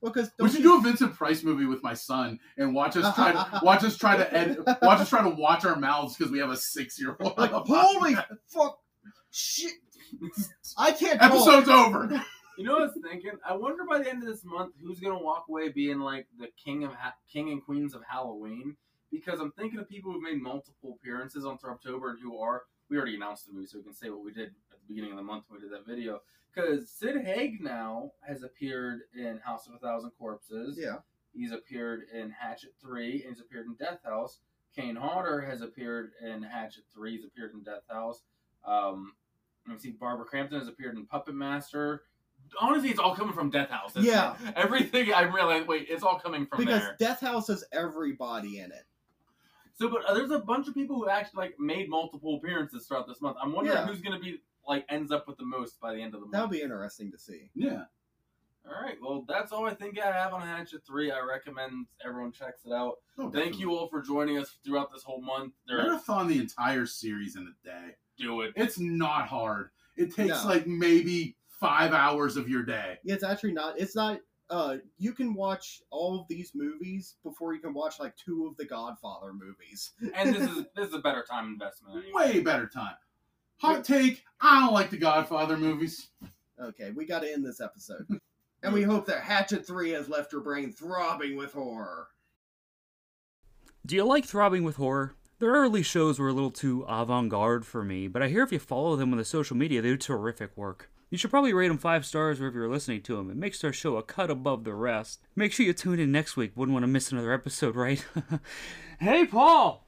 Speaker 1: well, because
Speaker 3: We should do a Vincent Price movie with my son and watch us
Speaker 1: [laughs]
Speaker 3: try to watch us try to ed, watch us try to watch our mouths because we have a six year old. [laughs]
Speaker 1: like
Speaker 2: Oh. [laughs]
Speaker 1: holy fuck shit. I can't. talk.
Speaker 3: Episode's over.
Speaker 2: You know what I was thinking? I wonder by the end of this month who's gonna walk away being like the king of ha- king and queens of Halloween because I'm thinking of people who've made multiple appearances on Through October and who are we already announced the movie so we can say what we did at the beginning of the month when we did that video because Sid Haig now has appeared in House of a Thousand Corpses.
Speaker 1: Yeah.
Speaker 2: He's appeared in Hatchet 3, and he's appeared in Death House. Kane Hodder has appeared in Hatchet 3, he's appeared in Death House. Um, let me see, Barbara Crampton has appeared in Puppet Master. Honestly, it's all coming from Death House. isn't
Speaker 1: Yeah.
Speaker 2: it? [laughs] Everything I realized, wait, it's all coming from
Speaker 1: because
Speaker 2: there.
Speaker 1: Death House has everybody in it.
Speaker 2: So, but uh, there's a bunch of people who actually like made multiple appearances throughout this month. I'm wondering
Speaker 1: Yeah.
Speaker 2: who's going to be like ends up with the most by the end of the month.
Speaker 1: That would be interesting to see.
Speaker 3: Yeah.
Speaker 2: all right. Well, that's all I think I have on Hatchet 3. I recommend everyone checks it out.
Speaker 3: Oh,
Speaker 2: Thank
Speaker 3: definitely.
Speaker 2: you all for joining us throughout this whole month. There,
Speaker 3: Marathon the entire series in a day.
Speaker 2: do it.
Speaker 3: It's not hard. It takes
Speaker 1: No.
Speaker 3: like maybe five hours of your day.
Speaker 1: Yeah, it's actually not. It's not. Uh, you can watch all of these movies before you can watch like two of the Godfather movies.
Speaker 2: And this is this is a better time
Speaker 3: [laughs]
Speaker 2: investment. Anyway.
Speaker 3: Way better time. Hot take. I don't like the Godfather movies.
Speaker 1: Okay, we got to end this episode, and we hope that Hatchet Three has left your brain throbbing with horror.
Speaker 4: Do you like throbbing with horror? Their early shows were a little too avant garde for me, but I hear if you follow them on the social media, they do terrific work. You should probably rate them 5 stars wherever you're listening to them. It makes their show a cut above the [laughs] rest. Make sure you tune in next week. Wouldn't want to miss another episode, right? hey, Paul!